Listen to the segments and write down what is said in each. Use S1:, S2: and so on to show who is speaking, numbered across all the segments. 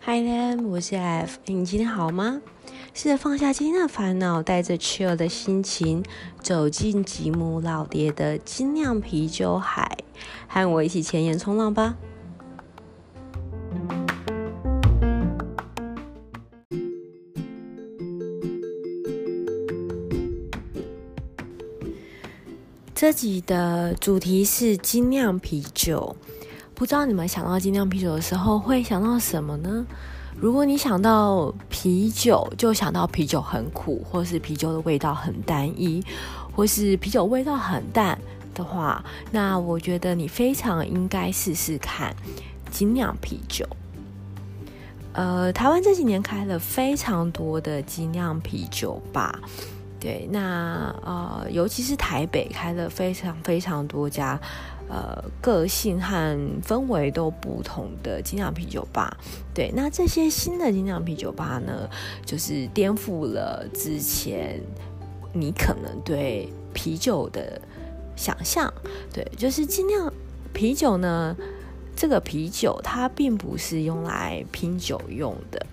S1: 嗨，Nam，我是 F，你今天好吗？试着放下今天的烦恼，带着 chill 的心情，走进吉姆老爹的精酿啤酒海，和我一起前沿冲浪吧。这集的主题是精酿啤酒。不知道你们想到精酿啤酒的时候会想到什么呢？如果你想到啤酒，就想到啤酒很苦，或是啤酒的味道很单一，或是啤酒味道很淡的话，那我觉得你非常应该试试看精酿啤酒。呃，台湾这几年开了非常多的精酿啤酒吧，对，那呃，尤其是台北开了非常非常多家。呃，个性和氛围都不同的精酿啤酒吧，对，那这些新的精酿啤酒吧呢，就是颠覆了之前你可能对啤酒的想象，对，就是精酿啤酒呢，这个啤酒它并不是用来拼酒用的。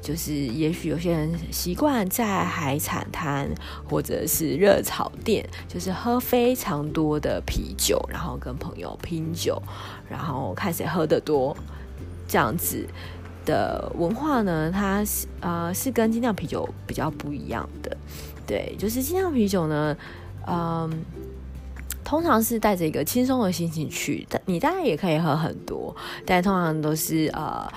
S1: 就是也许有些人习惯在海产摊或者是热炒店，就是喝非常多的啤酒，然后跟朋友拼酒，然后看谁喝得多，这样子的文化呢，它是呃是跟精酿啤酒比较不一样的。对，就是精酿啤酒呢，嗯。通常是带着一个轻松的心情去，但你当然也可以喝很多，但通常都是呃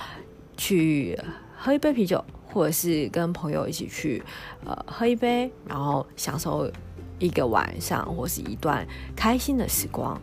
S1: 去喝一杯啤酒，或者是跟朋友一起去，呃，喝一杯，然后享受一个晚上或是一段开心的时光，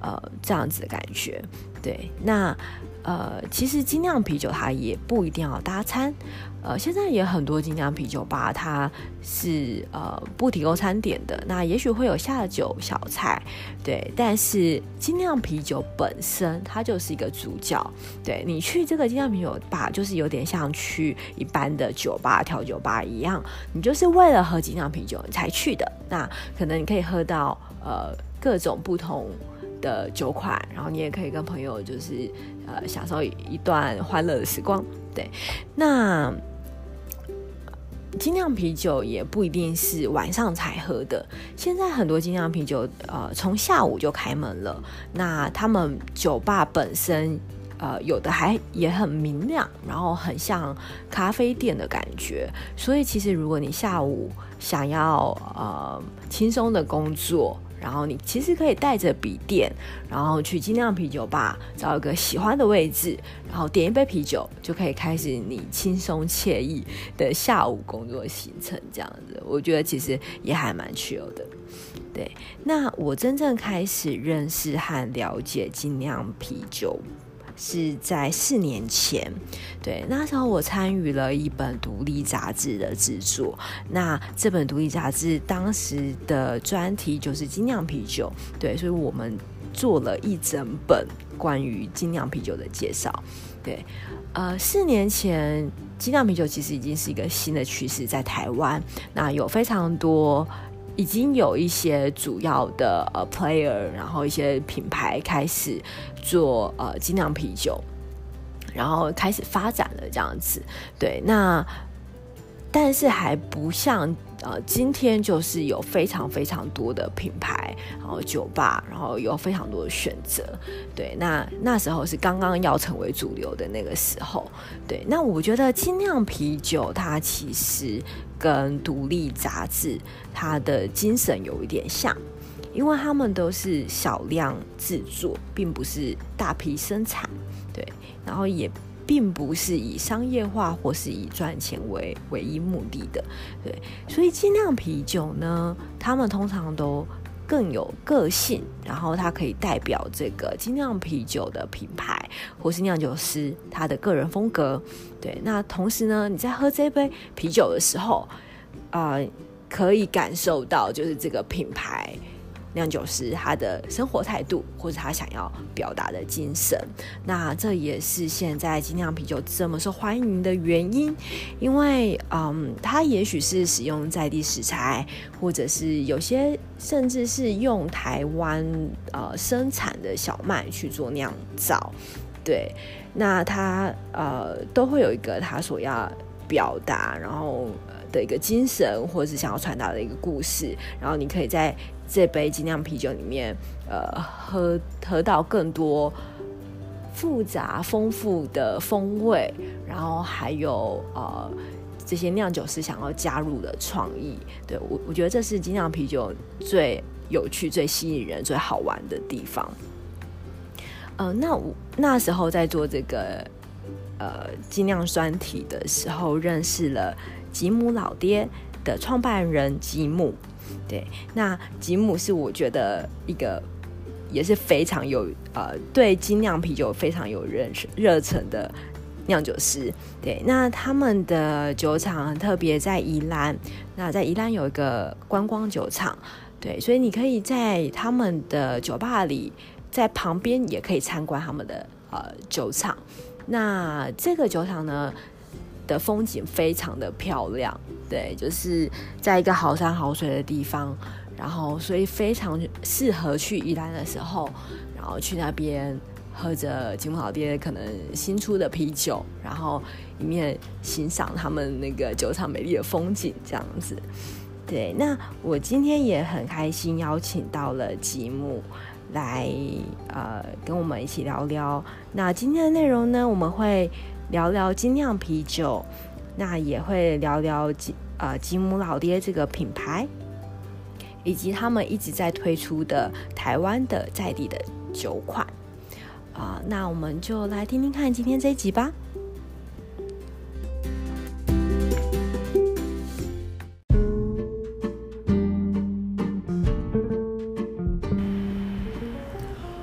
S1: 呃，这样子的感觉。对，那呃，其实精酿啤酒它也不一定要搭餐，呃，现在也很多精酿啤酒吧它是呃不提供餐点的，那也许会有下酒小菜，对，但是精酿啤酒本身它就是一个主角，对你去这个精酿啤酒吧，就是有点像去一般的酒吧、调酒吧一样，你就是为了喝精酿啤酒你才去的。那可能你可以喝到呃各种不同的酒款，然后你也可以跟朋友就是呃享受一段欢乐的时光。对，那精酿啤酒也不一定是晚上才喝的，现在很多精酿啤酒呃从下午就开门了，那他们酒吧本身。呃，有的还也很明亮，然后很像咖啡店的感觉。所以其实如果你下午想要呃轻松的工作，然后你其实可以带着笔电，然后去精酿啤酒吧找一个喜欢的位置，然后点一杯啤酒，就可以开始你轻松惬意的下午工作行程。这样子，我觉得其实也还蛮 chill 的。对，那我真正开始认识和了解精酿啤酒。是在四年前，对，那时候我参与了一本独立杂志的制作。那这本独立杂志当时的专题就是精酿啤酒，对，所以我们做了一整本关于精酿啤酒的介绍。对，呃，四年前精酿啤酒其实已经是一个新的趋势，在台湾，那有非常多。已经有一些主要的呃 player，然后一些品牌开始做呃精酿啤酒，然后开始发展了这样子。对，那但是还不像呃今天就是有非常非常多的品牌，然后酒吧，然后有非常多的选择。对，那那时候是刚刚要成为主流的那个时候。对，那我觉得精酿啤酒它其实。跟独立杂志它的精神有一点像，因为他们都是少量制作，并不是大批生产，对，然后也并不是以商业化或是以赚钱为唯一目的的，对，所以精酿啤酒呢，他们通常都更有个性，然后它可以代表这个精酿啤酒的品牌或是酿酒师他的个人风格。对，那同时呢，你在喝这杯啤酒的时候，啊、呃，可以感受到就是这个品牌酿酒师他的生活态度，或者他想要表达的精神。那这也是现在精酿啤酒这么受欢迎的原因，因为嗯，它也许是使用在地食材，或者是有些甚至是用台湾呃生产的小麦去做酿造。对，那它呃都会有一个它所要表达，然后呃的一个精神，或者是想要传达的一个故事，然后你可以在这杯精酿啤酒里面，呃，喝喝到更多复杂丰富的风味，然后还有呃这些酿酒师想要加入的创意。对我，我觉得这是精酿啤酒最有趣、最吸引人、最好玩的地方。呃，那我那时候在做这个呃精酿酸体的时候，认识了吉姆老爹的创办人吉姆。对，那吉姆是我觉得一个也是非常有呃对精酿啤酒非常有认识热忱的酿酒师。对，那他们的酒厂很特别，在宜兰。那在宜兰有一个观光酒厂，对，所以你可以在他们的酒吧里。在旁边也可以参观他们的呃酒厂，那这个酒厂呢的风景非常的漂亮，对，就是在一个好山好水的地方，然后所以非常适合去宜兰的时候，然后去那边喝着金木老爹可能新出的啤酒，然后一面欣赏他们那个酒厂美丽的风景，这样子。对，那我今天也很开心邀请到了吉姆。来，呃，跟我们一起聊聊。那今天的内容呢，我们会聊聊精酿啤酒，那也会聊聊吉呃吉姆老爹这个品牌，以及他们一直在推出的台湾的在地的酒款。啊、呃，那我们就来听听看今天这一集吧。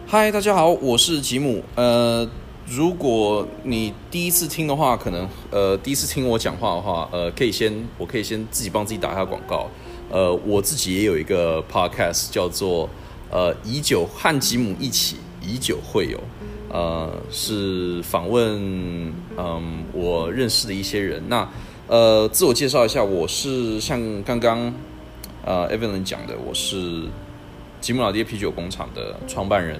S2: 嗨，大家好，我是吉姆。呃，如果你第一次听的话，可能呃第一次听我讲话的话，呃，可以先我可以先自己帮自己打一下广告。呃，我自己也有一个 podcast 叫做呃以酒和吉姆一起以酒会友，呃，是访问嗯、呃、我认识的一些人。那呃自我介绍一下，我是像刚刚呃 Evelyn 讲的，我是吉姆老爹啤酒工厂的创办人。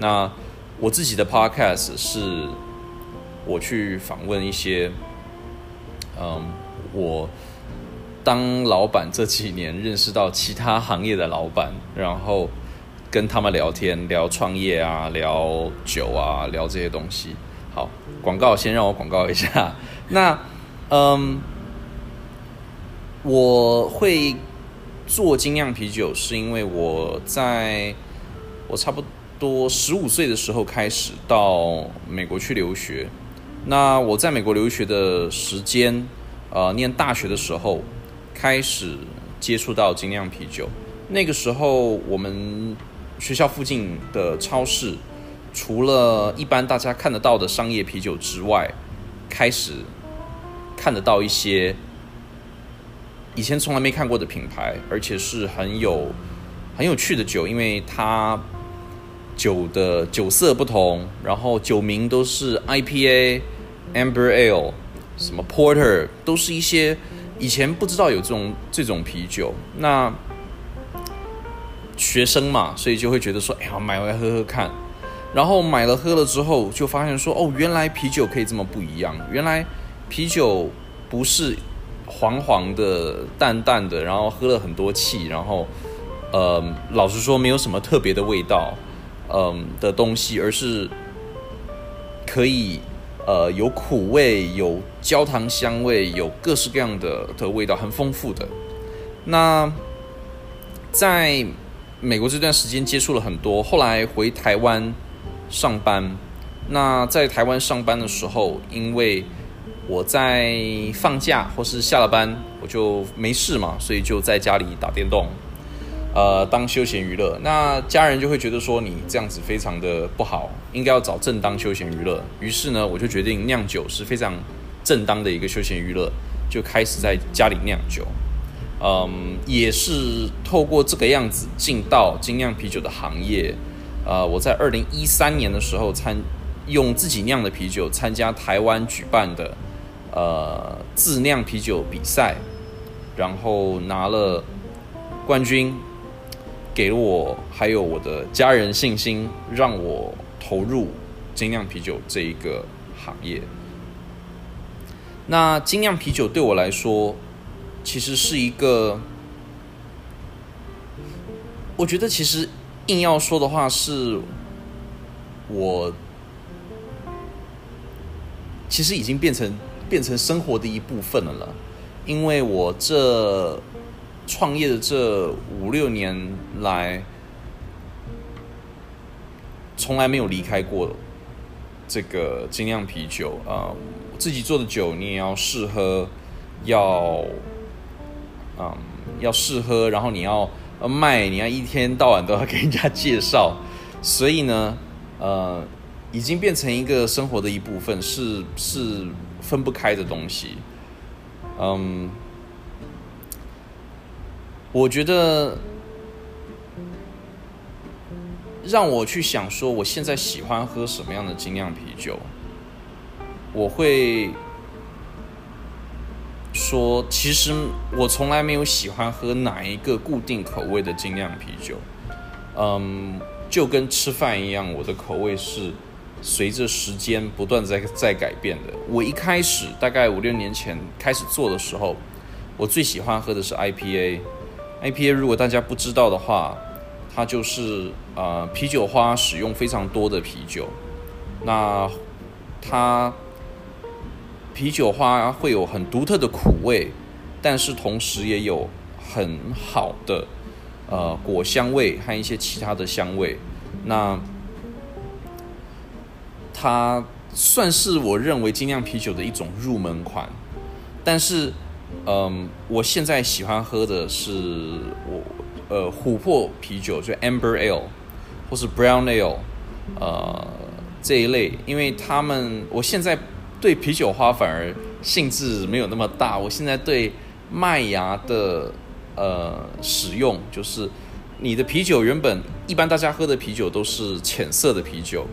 S2: 那我自己的 podcast 是我去访问一些，嗯，我当老板这几年认识到其他行业的老板，然后跟他们聊天，聊创业啊，聊酒啊，聊这些东西。好，广告先让我广告一下。 那，嗯，我会做精酿啤酒，是因为我在我差不多。多十五岁的时候开始到美国去留学，那我在美国留学的时间，呃，念大学的时候开始接触到精酿啤酒。那个时候，我们学校附近的超市，除了一般大家看得到的商业啤酒之外，开始看得到一些以前从来没看过的品牌，而且是很有很有趣的酒，因为它。酒的酒色不同，然后酒名都是 IPA、Amber Ale、什么 Porter，都是一些以前不知道有这种这种啤酒。那学生嘛，所以就会觉得说，哎呀，买回来喝喝看。然后买了喝了之后，就发现说，哦，原来啤酒可以这么不一样。原来啤酒不是黄黄的、淡淡的，然后喝了很多气，然后呃，老实说，没有什么特别的味道。嗯的东西，而是可以呃有苦味、有焦糖香味、有各式各样的的味道，很丰富的。那在美国这段时间接触了很多，后来回台湾上班。那在台湾上班的时候，因为我在放假或是下了班，我就没事嘛，所以就在家里打电动。呃，当休闲娱乐，那家人就会觉得说你这样子非常的不好，应该要找正当休闲娱乐。于是呢，我就决定酿酒是非常正当的一个休闲娱乐，就开始在家里酿酒。嗯，也是透过这个样子进到精酿啤酒的行业。呃，我在二零一三年的时候参用自己酿的啤酒参加台湾举办的呃自酿啤酒比赛，然后拿了冠军，给了我还有我的家人信心，让我投入精酿啤酒这一个行业。那精酿啤酒对我来说，其实是一个，我觉得其实硬要说的话，是我其实已经变成变成生活的一部分了了，因为我这创业的这五六年来，从来没有离开过这个精酿啤酒啊、呃自己做的酒你也要试喝，要嗯要试喝，然后你要呃卖，你要一天到晚都要给人家介绍，所以呢，呃，已经变成一个生活的一部分，是是分不开的东西。嗯，我觉得让我去想说，我现在喜欢喝什么样的精酿啤酒，我会说，其实我从来没有喜欢喝哪一个固定口味的精酿啤酒。嗯，就跟吃饭一样，我的口味是随着时间不断在在改变的。我一开始大概五六年前开始做的时候，我最喜欢喝的是 IPA。IPA 如果大家不知道的话，它就是呃啤酒花使用非常多的啤酒。那它啤酒花会有很独特的苦味，但是同时也有很好的呃果香味和一些其他的香味。那它算是我认为精酿啤酒的一种入门款，但是嗯，我现在喜欢喝的是我呃琥珀啤酒，就 Amber Ale 或是 Brown Ale，呃这一类，因为他们我现在对啤酒花反而兴致没有那么大，我现在对麦芽的呃使用，就是你的啤酒原本一般大家喝的啤酒都是浅色的啤酒，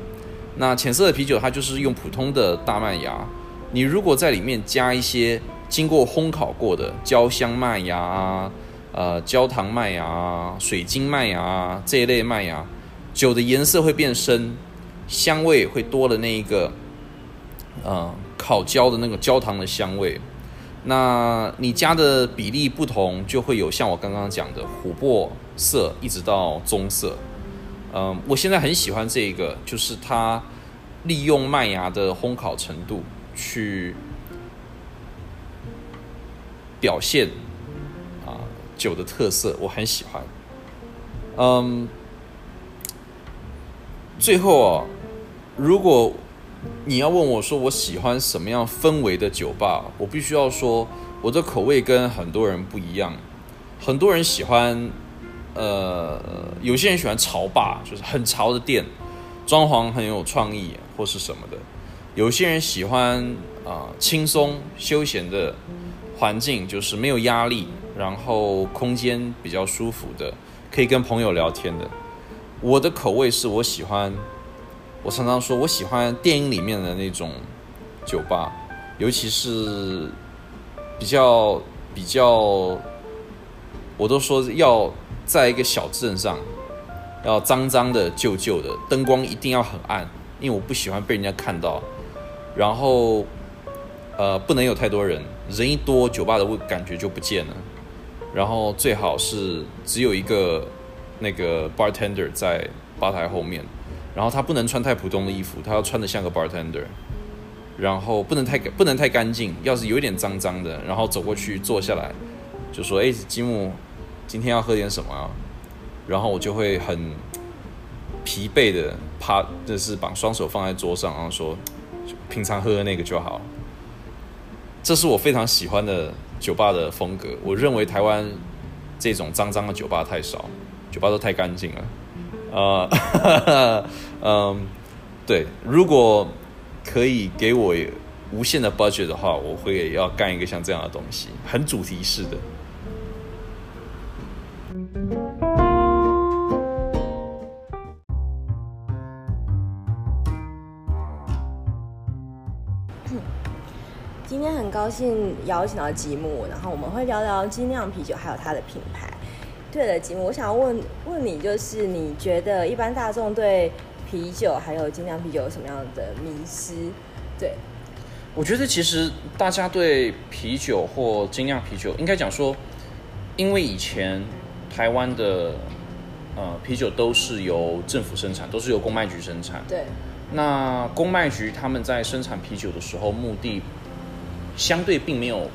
S2: 那浅色的啤酒它就是用普通的大麦芽，你如果在里面加一些经过烘烤过的焦香麦芽啊、呃焦糖麦芽啊、水晶麦芽啊这一类麦芽，酒的颜色会变深，香味会多了那一个，呃，烤焦的那个焦糖的香味。那你加的比例不同，就会有像我刚刚讲的琥珀色一直到棕色。嗯，我现在很喜欢这个，就是它利用麦芽的烘烤程度去表现啊、酒的特色，我很喜欢。嗯，最后啊、如果你要问我说我喜欢什么样氛围的酒吧，我必须要说我的口味跟很多人不一样。很多人喜欢，呃，有些人喜欢潮吧，就是很潮的店，装潢很有创意或是什么的。有些人喜欢啊、轻松休闲的环境，就是没有压力，然后空间比较舒服的，可以跟朋友聊天的。我的口味是我喜欢我常常说，我喜欢电影里面的那种酒吧，尤其是比较比较，我都说要在一个小镇上，要脏脏的、旧旧的，灯光一定要很暗，因为我不喜欢被人家看到。然后，呃，不能有太多人，人一多，酒吧的味感觉就不见了。然后最好是只有一个那个 bartender 在吧台后面，然后他不能穿太普通的衣服，他要穿的像个 bartender，然后不能太不能太干净，要是有一点脏脏的，然后走过去坐下来，就说：“哎，吉姆，今天要喝点什么、啊？”然后我就会很疲惫的趴，就是把双手放在桌上，然后说：“平常喝的那个就好。”这是我非常喜欢的酒吧的风格。我认为台湾这种脏脏的酒吧太少，酒吧都太干净了。呃， 嗯，对，如果可以给我无限的 budget 的话，我会要干一个像这样的东西，很主题式的。
S1: 今天很高兴邀请到吉姆，然后我们会聊聊精酿啤酒还有它的品牌。对了，吉姆，我想要问问你，就是你觉得一般大众对啤酒还有精酿啤酒有什么样的迷失？对，
S2: 我觉得其实大家对啤酒或精酿啤酒，应该讲说，因为以前台湾的呃啤酒都是由政府生产，都是由公卖局生产。
S1: 对，
S2: 那公卖局他们在生产啤酒的时候，目的相对并没有，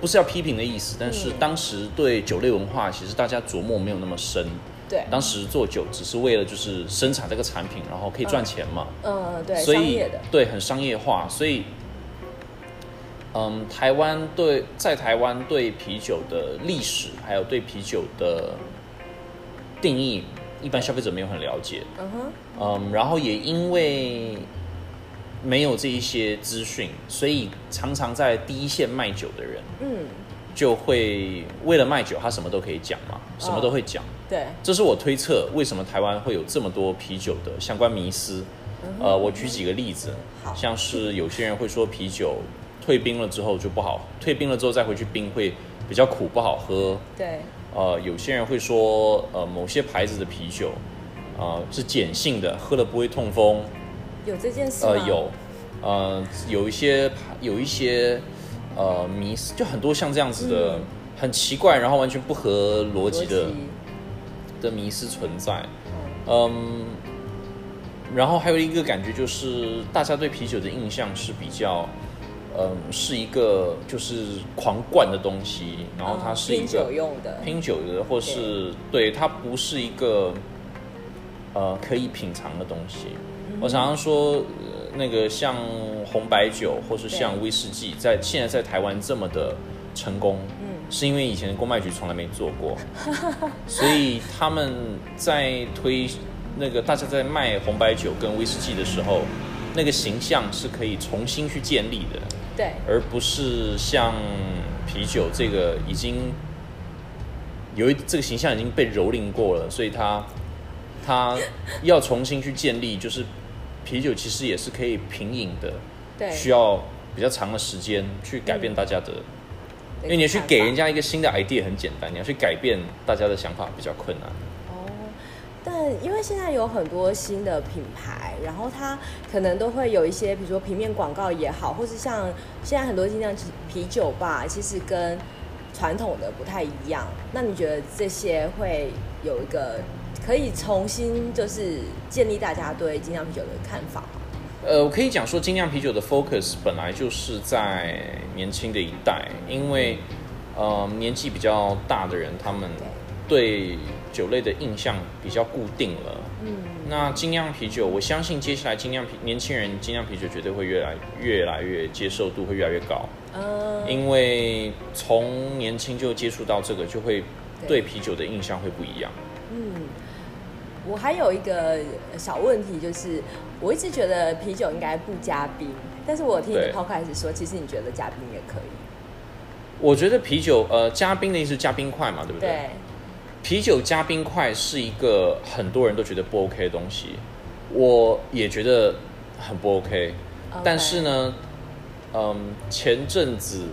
S2: 不是要批评的意思，但是当时对酒类文化，其实大家琢磨没有那么深。
S1: 对，
S2: 当时做酒只是为了就是生产这个产品，然后可以赚钱嘛。
S1: 嗯，对，
S2: 所
S1: 商
S2: 以
S1: 业的，
S2: 对很商业化，所以，嗯，台湾对在台湾对啤酒的历史，还有对啤酒的定义，一般消费者没有很了解。
S1: 嗯哼，
S2: 嗯，然后也因为没有这一些资讯，所以常常在第一线卖酒的人
S1: 嗯，
S2: 就会为了卖酒，他什么都可以讲嘛，什么都会讲。
S1: 对，
S2: 这是我推测为什么台湾会有这么多啤酒的相关迷思。呃，我举几个例子
S1: 嗯好，
S2: 像是有些人会说啤酒退冰了之后就不好，退冰了之后再回去冰会比较苦，不好喝。
S1: 对，
S2: 呃，有些人会说，呃，某些牌子的啤酒，呃，是碱性的，喝了不会痛风。
S1: 有这件事吗？
S2: 呃，有，呃，有一些有一些呃迷思，就很多像这样子的、很奇怪，然后完全不合
S1: 嗯逻
S2: 逻辑的。
S1: 辑，
S2: 的迷失存在。嗯，然后还有一个感觉就是，大家对啤酒的印象是比较，嗯，是一个就是狂灌的东西，然后它
S1: 嗯
S2: 是一
S1: 拼
S2: 个
S1: 酒用的，
S2: 拼酒的，或是对它不是一个呃可以品尝的东西。我常常说，呃那个像红白酒或是像威士忌，在现在在台湾这么的成功，是因为以前的公卖局从来没做过，所以他们在推那个大家在卖红白酒跟威士忌的时候，那个形象是可以重新去建立的。
S1: 对，
S2: 而不是像啤酒这个已经有一这个形象已经被蹂躏过了，所以它它要重新去建立，就是啤酒其实也是可以品饮的，
S1: 对，
S2: 需要比较长的时间去改变大家的，因为你要去给人
S1: 家。
S2: 家一个新的 idea 很简单，你要去改变大家的想法比较困难。
S1: 哦，但因为现在有很多新的品牌，然后它可能都会有一些，比如说平面广告也好，或是像现在很多精酿啤啤酒吧，其实跟传统的不太一样。那你觉得这些会有一个可以重新就是建立大家对精酿啤酒的看法吗？
S2: 呃，我可以讲说，精酿啤酒的 focus 本来就是在年轻的一代，因为呃年纪比较大的人，他们对酒类的印象比较固定了。嗯，那精酿啤酒，我相信接下来精酿啤年轻人精酿啤酒绝对会越来越来越接受度会越来越高，
S1: 嗯，
S2: 因为从年轻就接触到这个，就会
S1: 对
S2: 对啤酒的印象会不一样。
S1: 我还有一个小问题，就是我一直觉得啤酒应该不加冰，但是我听你
S2: 对
S1: 抛开始说，其实你觉得加冰也可以，
S2: 我觉得啤酒，呃，加冰的意思是加冰块嘛，对不对？
S1: 对。
S2: 啤酒加冰块是一个很多人都觉得不 OK 的东西，我也觉得很不 OK。但是呢，嗯，前阵子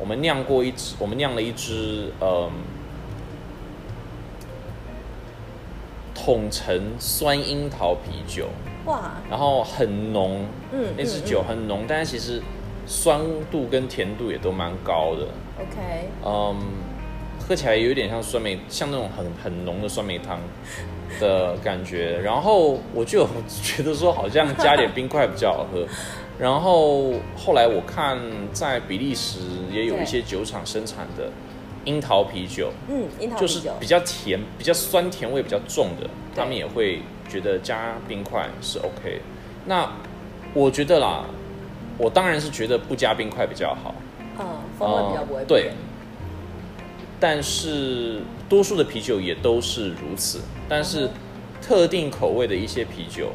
S2: 我们酿过一支，我们酿了一支，嗯，统称酸樱桃啤酒，
S1: 哇，
S2: 然后很浓，
S1: 嗯
S2: 那支酒很浓，但是其实酸度跟甜度也都蛮高的。
S1: OK，
S2: 嗯，喝起来有点像酸梅，像那种很很浓的酸梅汤的感觉。然后我就有 觉得说，好像加点冰块比较好喝。然后后来我看在比利时也有一些酒厂生产的樱桃啤酒，
S1: 嗯，樱桃
S2: 就
S1: 啤
S2: 是
S1: 酒，
S2: 比较甜、比较酸甜味比较重的，他们
S1: 对
S2: 也会觉得加冰块是 OK。那我觉得啦，我当然是觉得不加冰块比较好。
S1: 嗯，风味比较不会
S2: 呃对
S1: 变。，
S2: 但是多数的啤酒也都是如此，但
S1: 嗯
S2: 是特定口味的一些啤酒，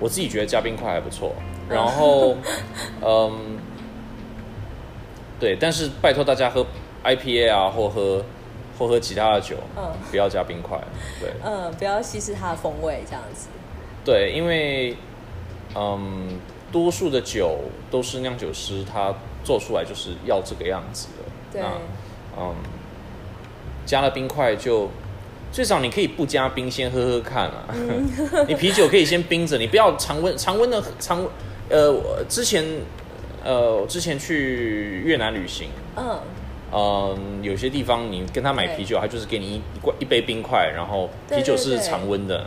S2: 我自己觉得加冰块还不错。然后，嗯，对，但是拜托大家喝 IPA 啊，或喝或喝其他的酒，
S1: 嗯
S2: 不要加冰块。对
S1: 嗯，不要稀释它的风味，这样子。
S2: 对，因为嗯，多数的酒都是酿酒师他做出来就是要这个样子的。
S1: 对
S2: 那嗯，加了冰块就最少你可以不加冰先喝喝看啊。
S1: 嗯
S2: 你啤酒可以先冰着，你不要常温常温的常温呃，我之前呃我之前去越南旅行，
S1: 嗯，
S2: 嗯，有些地方你跟他买啤酒，他就是给你一一罐一杯冰块，然后
S1: 对
S2: 啤酒
S1: 对
S2: 是
S1: 对
S2: 常温的。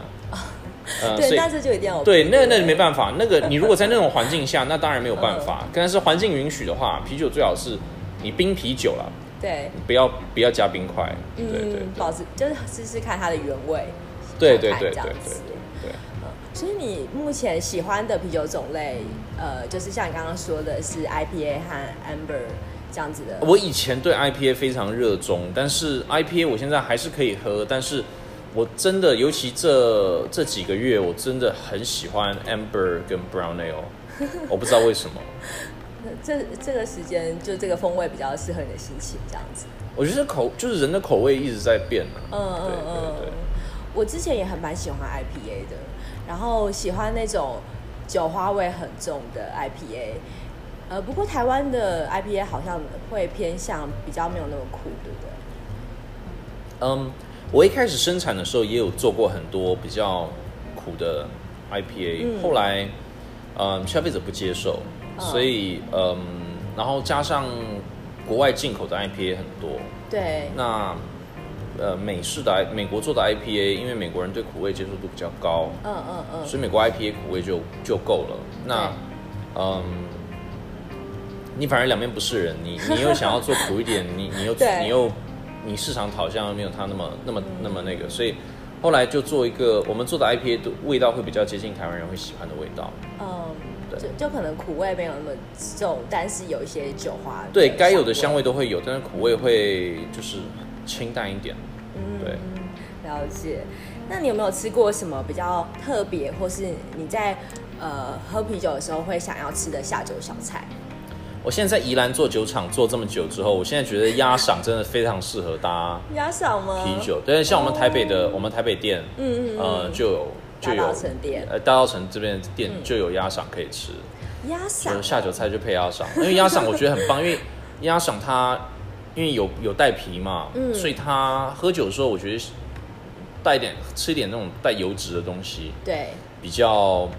S2: 呃
S1: 对，那这就一定要有
S2: 对，
S1: 冰
S2: 那
S1: 对
S2: 那
S1: 不对
S2: 没办法，那个你如果在那种环境下，那当然没有办
S1: 嗯
S2: 法。但是环境允许的话，啤酒最好是你冰啤酒啦，
S1: 对，
S2: 不要不要加冰块。对对对
S1: 嗯，保持就是试试看它的原味，
S2: 对对
S1: 看
S2: 对对
S1: 这样
S2: 对
S1: 子
S2: 对。
S1: 所以你目前喜欢的啤酒种类，呃，就是像你刚刚说的是 IPA 和 Amber 这样子的。
S2: 我以前对 IPA 非常热衷，但是 IPA 我现在还是可以喝，但是我真的，尤其这这几个月，我真的很喜欢 Amber 跟 Brown Ale，我 不知道为什么。
S1: 这这个时间就这个风味比较适合你的心情这样子。
S2: 我觉得口就是人的口味一直在变啊。
S1: 嗯嗯
S2: 对
S1: 嗯
S2: 对对。。
S1: 我之前也很蛮喜欢 IPA 的，然后喜欢那种酒花味很重的 IPA。呃，不过台湾的 IPA 好像会偏向比较没有那么苦，对不对？
S2: 嗯，我一开始生产的时候也有做过很多比较苦的 IPA，、
S1: 嗯
S2: 后来嗯消费者不接受，
S1: 嗯
S2: 所以嗯，然后加上国外进口的 IPA 很多，
S1: 对，
S2: 那呃美式的 I- 美国做的 IPA，因为美国人对苦味接受度比较高，
S1: 嗯嗯嗯，
S2: 所以美国 IPA 苦味就就够了。那嗯。你反而两面不是人，你你又想要做苦一点，你你又
S1: 对
S2: 你又你市场讨向又没有它那么那么那么那个，所以后来就做一个我们做的 IPA 的味道会比较接近台湾人会喜欢的味道，
S1: 嗯，
S2: 对
S1: 就就可能苦味没有那么重，但是有一些酒花，
S2: 对该有的香
S1: 香
S2: 味，都会有，但是苦味会就是清淡一点，对。
S1: 嗯了解。那你有没有吃过什么比较特别，或是你在呃喝啤酒的时候会想要吃的下酒小菜？
S2: 我现在在宜兰做酒厂做这么久之后，我现在觉得鸭嗓真的非常适合搭
S1: 鸭嗓吗？
S2: 啤，酒。对，像我们台北的，我们台北店，
S1: 哦嗯嗯
S2: 呃，
S1: 嗯，
S2: 就有就
S1: 大稻
S2: 有
S1: 埕店
S2: 呃，大稻城这边的店就有鸭嗓可以吃，
S1: 鸭
S2: 就
S1: 嗓
S2: 是，下酒菜就配鸭嗓，因为鸭嗓我觉得很棒， 因为鸭嗓它因为有有带皮嘛，
S1: 嗯
S2: 所以它喝酒的时候，我觉得带一点吃一点那种带油脂的东西，
S1: 对，
S2: 比较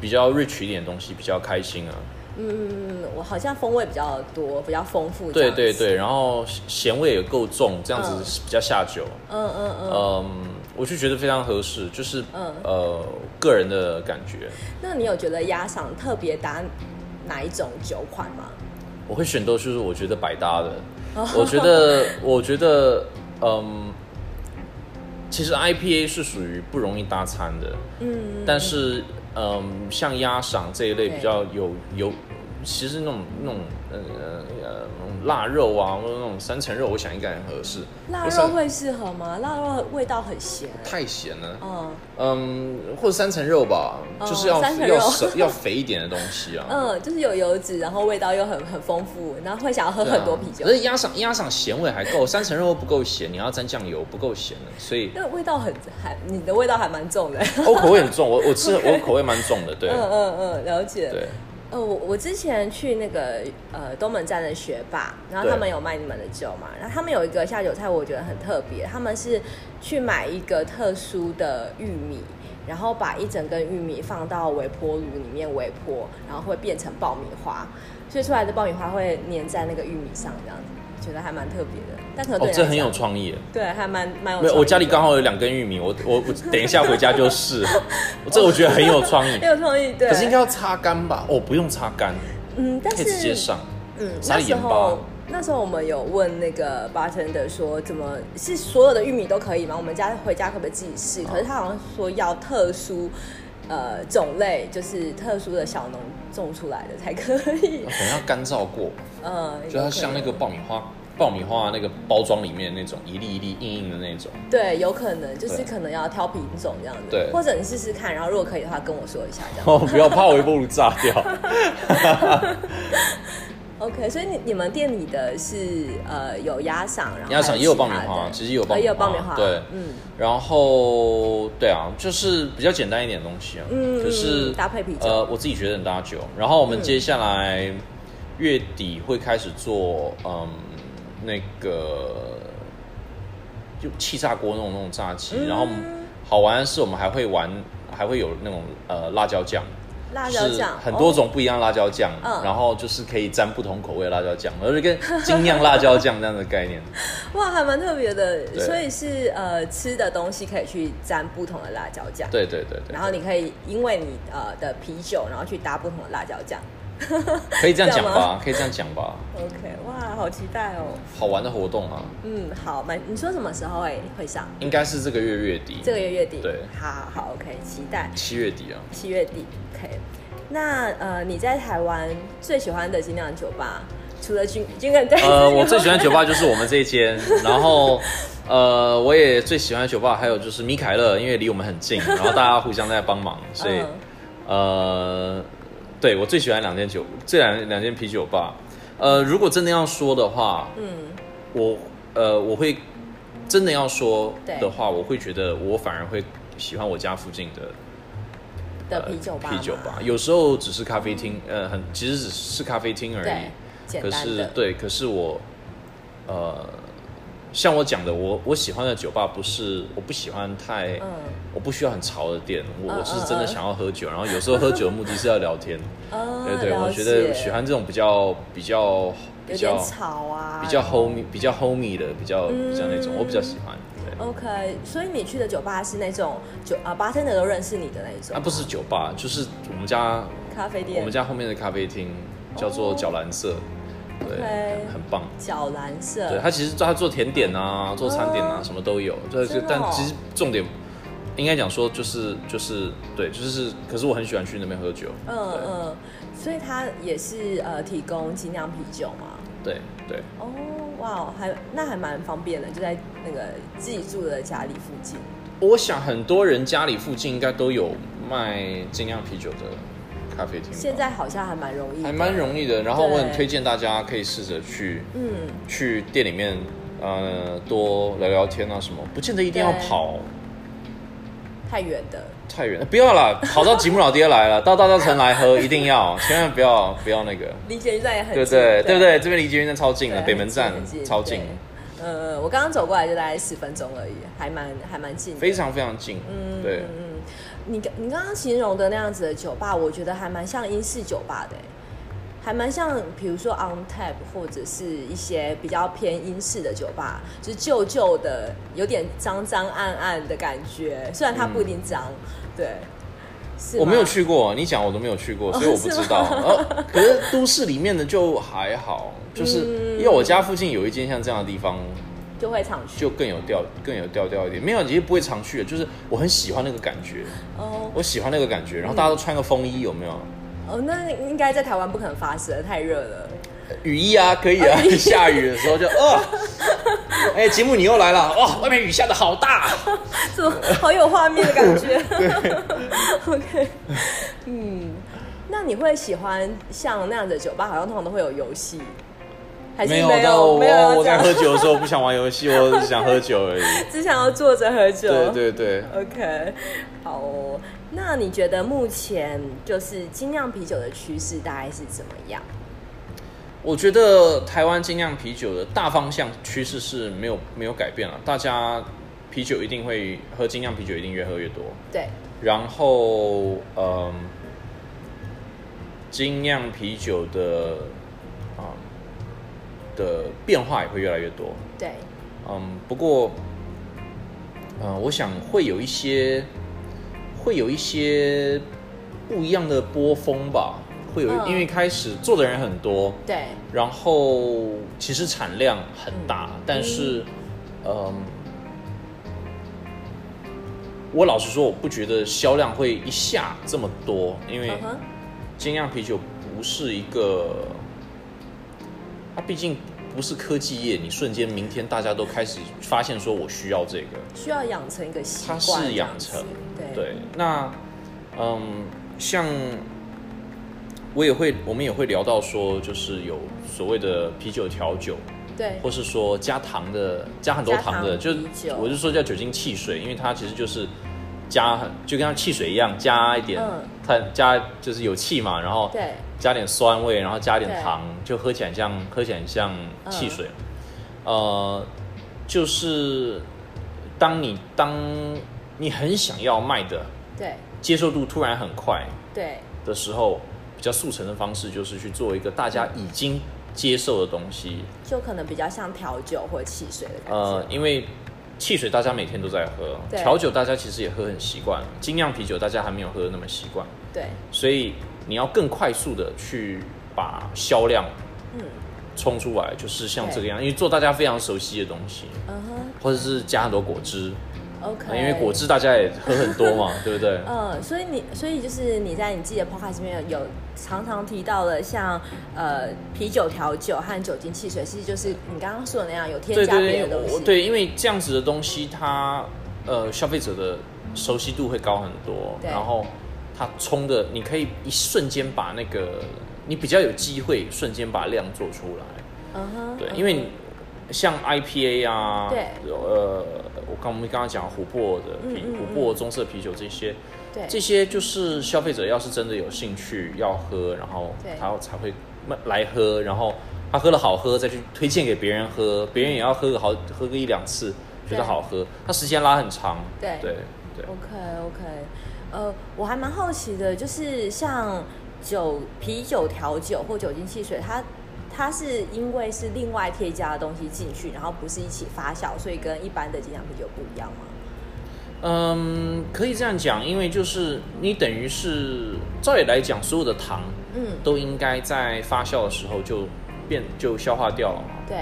S2: 比较 rich 一点的东西，比较开心啊。
S1: 嗯，我好像风味比较多，比较丰富，
S2: 对对，对，然后咸味也够重，这样子
S1: 嗯
S2: 比较下酒。
S1: 嗯嗯嗯。
S2: 嗯，我就觉得非常合适，就是、
S1: 嗯
S2: 呃个人的感觉，
S1: 那你有觉得鸭嗓特别搭哪一种酒款吗？
S2: 我会选都是我觉得百搭 的。我觉得，我觉得，嗯，其实 IPA 是属于不容易搭餐的，
S1: 嗯，
S2: 但是嗯，像鸭嗓这一
S1: 对
S2: 类比较有有，其实那种那种呃呃那种腊肉啊，或者那种三层肉，我想应该很合适。
S1: 腊
S2: 我
S1: 肉
S2: 想
S1: 会适合吗？腊肉味道很咸。
S2: 太咸了，
S1: 嗯
S2: 嗯，或者三层肉吧，
S1: 哦
S2: 就是要
S1: 三层肉
S2: 要熟 要肥一点的东西啊。
S1: 嗯，就是有油脂，然后味道又很很丰富，然后会想要喝
S2: 对啊
S1: 很多啤酒
S2: 可，是鸭嗓鸭嗓咸味还够，三层肉不够咸，你要沾酱油不够咸的，所以
S1: 那味道很还你的味道还蛮重的。
S2: 我口味很重，我我 吃我口味蛮重的，对
S1: 嗯嗯嗯，了解。
S2: 对，
S1: 呃，我我之前去那个呃东门站的学霸，然后
S2: 对
S1: 他们有卖你们的酒嘛，然后他们有一个下酒菜，我觉得很特别，他们是去买一个特殊的玉米，然后把一整根玉米放到微波炉里面微波，然后会变成爆米花，所以出来的爆米花会粘在那个玉米上，这样子，觉得还蛮特别的。但可能对啊你，
S2: 哦
S1: 来
S2: 这很
S1: 讲
S2: 有创意。
S1: 对，还蛮蛮有。
S2: 没有，我家里刚。好有两根玉米，我我我等一下回家 就试，这我觉得很有创意
S1: 很。有创 意，对。
S2: 可是应该要擦干吧？哦，不用擦干，
S1: 嗯，但
S2: 可以
S1: 是
S2: 直接上。
S1: 嗯，
S2: 撒
S1: 那
S2: 点
S1: 时
S2: 盐
S1: 候
S2: 巴
S1: 那时候我们有问那个 bartender 说，怎么是所有的玉米都可以吗？我们家回家可不可以自己试？可是他好像说要特殊。呃，种类就是特殊的小农种出来的才可 以。
S2: 可能要干燥过，
S1: 呃，
S2: 就它像那个
S1: 有可能
S2: 爆米花，爆米花那个包装里面那种一粒一粒硬硬的那种。
S1: 对，有可能就是
S2: 对
S1: 可能要挑品种这样子，
S2: 对
S1: 或者你试试看，然后如果可
S2: 哦
S1: 以的话跟我说一下这样。
S2: 哦，不要怕微波炉炸掉。
S1: OK，所以你你们店里的是呃有鸭嗓，然后
S2: 鸭嗓
S1: 还
S2: 也有
S1: 其
S2: 爆米
S1: 他
S2: 花
S1: 的
S2: 其实也有
S1: 呃
S2: 爆米
S1: 也有
S2: 花
S1: 爆米花，
S2: 对
S1: 嗯
S2: 然后对啊，就是比较简单一点的东西啊。
S1: 嗯
S2: 可是
S1: 嗯搭配啤酒
S2: 呃，我自己觉得很搭酒。然后我们接下来月底会开始做，嗯，那个就气炸锅那种那种炸鸡。
S1: 嗯
S2: 然后好玩的是，我们还会玩，还会有那种呃辣椒酱。
S1: 辣
S2: 就
S1: 椒
S2: 是
S1: 酱
S2: 很多
S1: 哦
S2: 种不一样的辣椒酱，
S1: 嗯
S2: 然后就是可以沾不同口味的辣椒酱，而且跟精酿辣椒酱这样的概念。
S1: 哇，还蛮特别的，
S2: 对
S1: 所以是呃吃的东西可以去沾不同的辣椒酱，
S2: 对对对对
S1: 然，后你可以因为你呃的啤酒，然后去搭不同的辣椒酱。
S2: 可以这样
S1: 这样
S2: 讲
S1: 吗
S2: 吧，可以这样讲吧，
S1: OK，哇，好期待哦。
S2: 好玩的活动啊。
S1: 嗯，好，蛮你说什么时候会会上？
S2: 应该是这个月月底，
S1: 这个月月底。
S2: 对
S1: 好好好，OK，期待
S2: 七月底 啊。
S1: 七月底。OK，那呃你在台湾最喜欢的精酿酒吧，除了军军人队，
S2: 呃，我最喜欢酒吧就是我们这一间， 然后呃，我也最喜欢酒吧还有就是米凯勒，因为离我们很 近，然后大家互相在帮忙，所以、
S1: 嗯
S2: 呃，对我最喜欢两间酒，这两两间啤酒吧。呃，如果真的要说的话，
S1: 嗯，
S2: 我呃我会真的要说
S1: 对
S2: 的话，我会觉得我反而会喜欢我家附近的
S1: 的啤酒吧吗，
S2: 呃啤酒吧，有时候只是咖啡厅，呃，很其实只是咖啡厅而
S1: 对
S2: 已。，
S1: 简
S2: 可
S1: 单
S2: 是
S1: 的，
S2: 对，可是我，呃，像我讲的，我我喜欢的酒吧不是我不喜欢太，
S1: 嗯
S2: 我不需要很潮的店，我、
S1: 嗯
S2: 我是
S1: 嗯
S2: 真的
S1: 嗯
S2: 想要喝酒，然后有时候喝酒的目的是要聊天，
S1: 啊
S2: 对对，
S1: 了
S2: 我觉得
S1: 解
S2: 喜欢这种比较比较比
S1: 有
S2: 较
S1: 点吵啊，
S2: 比较 homey 比较 homey 的比较比较那种，
S1: 嗯
S2: 我比较喜欢。对，
S1: OK，所以你去的酒吧是那种酒啊，巴 e r 都认识你的那一种，
S2: 啊，不是酒吧，就是我们家
S1: 咖啡店，
S2: 我们家后面的咖啡厅叫做角蓝色，
S1: 哦
S2: 对
S1: OK
S2: 很很棒。
S1: 角蓝色，
S2: 对，它其实它做甜点啊，做餐点啊，
S1: 哦
S2: 什么都有。对，
S1: 真的哦
S2: 但其实重点应该讲说就是就是对，就是可是我很喜欢去那边喝酒。
S1: 嗯嗯，所以它也是呃提供精酿啤酒嘛，
S2: 对对对，
S1: 哦哇，还那还蛮方便的，就在那个自己住的家里附近，
S2: 我想很多人家里附近应该都有卖精酿啤酒的咖啡厅吧，
S1: 现在好像还蛮容易，
S2: 还蛮容易的。然后我很
S1: 对
S2: 推荐大家可以试着去
S1: 嗯，
S2: 去店里面。呃，多聊聊天啊，什么不见得一定要
S1: 对
S2: 跑
S1: 太远的，
S2: 太远，不要啦，跑到吉姆老爹来了，到大稻城来 喝，一定要，千万不要不要那个，
S1: 离捷运站也很
S2: 对
S1: 近，
S2: 不对？对不对？这边离捷运站超近
S1: 对
S2: 的，
S1: 很
S2: 北门站
S1: 很
S2: 超近，。
S1: 对呃，我刚刚走过来就大概十分钟而已，还蛮还蛮近的。
S2: 非常非常近。嗯，对，
S1: 你刚你刚刚形容的那样子的酒吧，我觉得还蛮像英式酒吧的欸，还蛮像比如说 On Tap 或者是一些比较偏英式的酒吧，就是旧旧的，有点脏脏暗暗的感觉，虽然它不一定脏，对，是
S2: 嗯我没有
S1: 吗，哦
S2: 去过，你讲我都没有去过，所以我不知道。
S1: 是吗
S2: 呃，可是都市里面的就还好，就是
S1: 嗯
S2: 因为我家附近有一间像这样的地方，
S1: 就会常去。
S2: 就更有调更有调调一点。没有，其实不会常去的，就是我很喜欢那个感觉，
S1: 哦
S2: 我喜欢那个感觉。然后大家都穿个风衣，有没有？
S1: 哦，那应该在台湾不可能发生，太热了。
S2: 雨衣啊，可以啊。 下雨的时候就哦，哎，吉姆你又来了，哦哇，外面雨下的好大。
S1: 怎么好有画面的感觉 ？OK，嗯，那你会喜欢像那样的酒吧？好像通常都会有游戏，还是
S2: 没有，
S1: 没
S2: 但我
S1: 有？没有
S2: 我
S1: 要这
S2: 在
S1: 样
S2: 喝，酒的时候不想玩游戏，我只想喝酒而已。
S1: 只想要坐着喝酒。
S2: 对对
S1: 啊
S2: 对，
S1: OK，好哦。那你觉得目前就是精酿啤酒的趋势大概是怎么样？
S2: 我觉得台湾精酿啤酒的大方向趋势是没有没有改变了，大家啤酒一定会喝精酿啤酒，一定越喝越多。
S1: 对，
S2: 然后，嗯，精酿啤酒的啊、的变化也会越来越多。
S1: 对，
S2: 嗯，不过，呃，我想会有一些，会有一些不一样的波峰吧。会有，
S1: 嗯
S2: 因为开始做的人很多，
S1: 对，
S2: 然后其实产量很大，但是，嗯，我老实说，我不觉得销量会一下这么多，因为
S1: 嗯哼，
S2: 精酿啤酒不是一个，它毕竟不是科技业，你瞬间明天大家都开始发现说我需要这个，
S1: 需要养成一个习
S2: 它
S1: 惯，
S2: 是养成
S1: 这样子，
S2: 对，那嗯，像我也会，我们也会聊到说，就是有所谓的啤酒调酒，
S1: 对
S2: 或是说加糖的，加很多糖的，
S1: 加糖
S2: 就是
S1: 啤酒
S2: 我是说叫酒精汽水，因为它其实就是加很，就跟像汽水一样，加一点
S1: 嗯
S2: 碳，加就是有气嘛，然后
S1: 对
S2: 加点酸味，然后加点
S1: 对
S2: 糖，就喝起来像喝起来像
S1: 嗯
S2: 汽水。呃，就是当你当你很想要卖的
S1: 对
S2: 接受度突然很快
S1: 对
S2: 的时候，比较速成的方式就是去做一个大家已经接受的东西。
S1: 就可能比较像调酒或汽水的感觉。
S2: 呃，因为汽水大家每天都在喝，
S1: 对
S2: 调酒大家其实也喝很习惯，精酿啤酒大家还没有喝得那么习惯，
S1: 对，
S2: 所以你要更快速的去把销量
S1: 嗯
S2: 冲出来，就是像
S1: 对
S2: 这个样，因为做大家非常熟悉的东西，
S1: 嗯哼
S2: 或者是加很多果汁，
S1: ，OK。
S2: 因为果汁大家也喝很多 嘛，对不对？
S1: 嗯，所以你，所以就是你在你自己的 podcast 里面有常常提到的像，呃啤酒调酒和酒精汽水，其实就是你刚刚说的那样，有添
S2: 对
S1: 加
S2: 对
S1: 别
S2: 对，
S1: 的东
S2: 我
S1: 西。
S2: 对，因为这样子的东西它，呃消费者的熟悉度会高很多，
S1: 对
S2: 然后它冲的，你可以一瞬间把那个，你比较有机会瞬间把量做出来，
S1: 嗯哼，
S2: 对
S1: 嗯，哼
S2: 因为你像 IPA 啊，
S1: 对
S2: 呃，我刚我们刚刚讲琥珀的啤，
S1: 嗯嗯
S2: 琥珀棕色啤酒这些，
S1: 对
S2: 这些就是消费者要是真的有兴趣要喝，然后
S1: 对
S2: 他才会来喝，然后他喝了好喝再去推荐给别人喝，别人也要喝个好喝个一两次觉
S1: 对
S2: 得好喝，他时间拉很长。
S1: 对
S2: 对对
S1: OK OK，呃，我还蛮好奇的，就是像酒、啤酒、调酒或酒精汽水，它它是因为是另外添加的东西进去，然后不是一起发酵，所以跟一般的精酿啤酒不一样吗？
S2: 嗯，可以这样讲，因为就是你等于是照理来讲，所有的糖
S1: 嗯，
S2: 都应该在发酵的时候就变就消化掉了嘛。
S1: 对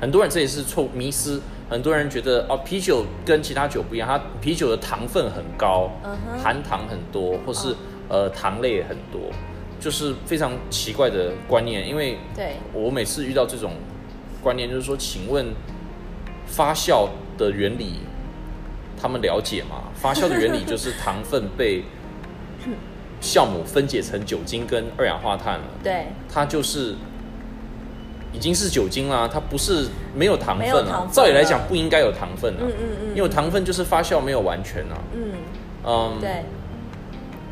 S2: 很多人这也是错迷失，很多人觉得哦，啤酒跟其他酒不一样，它啤酒的糖分很高
S1: 嗯哼哦
S2: 含糖很多，或是、呃糖类也很多，就是非常奇怪的观念。因为
S1: 对
S2: 我每次遇到这种观念，就是说，请问发酵的原理他们了解吗？发酵的原 理就是糖分被酵母分解成酒精跟二氧化碳了。
S1: 对，
S2: 它就是已经是酒精啦，它不是没有糖分
S1: 没有
S2: 了。
S1: 糖分了
S2: 照理来讲不应该有糖分啊，
S1: 嗯嗯
S2: 因为糖分就是发酵没有完全啊。
S1: 嗯
S2: 嗯，
S1: 嗯，对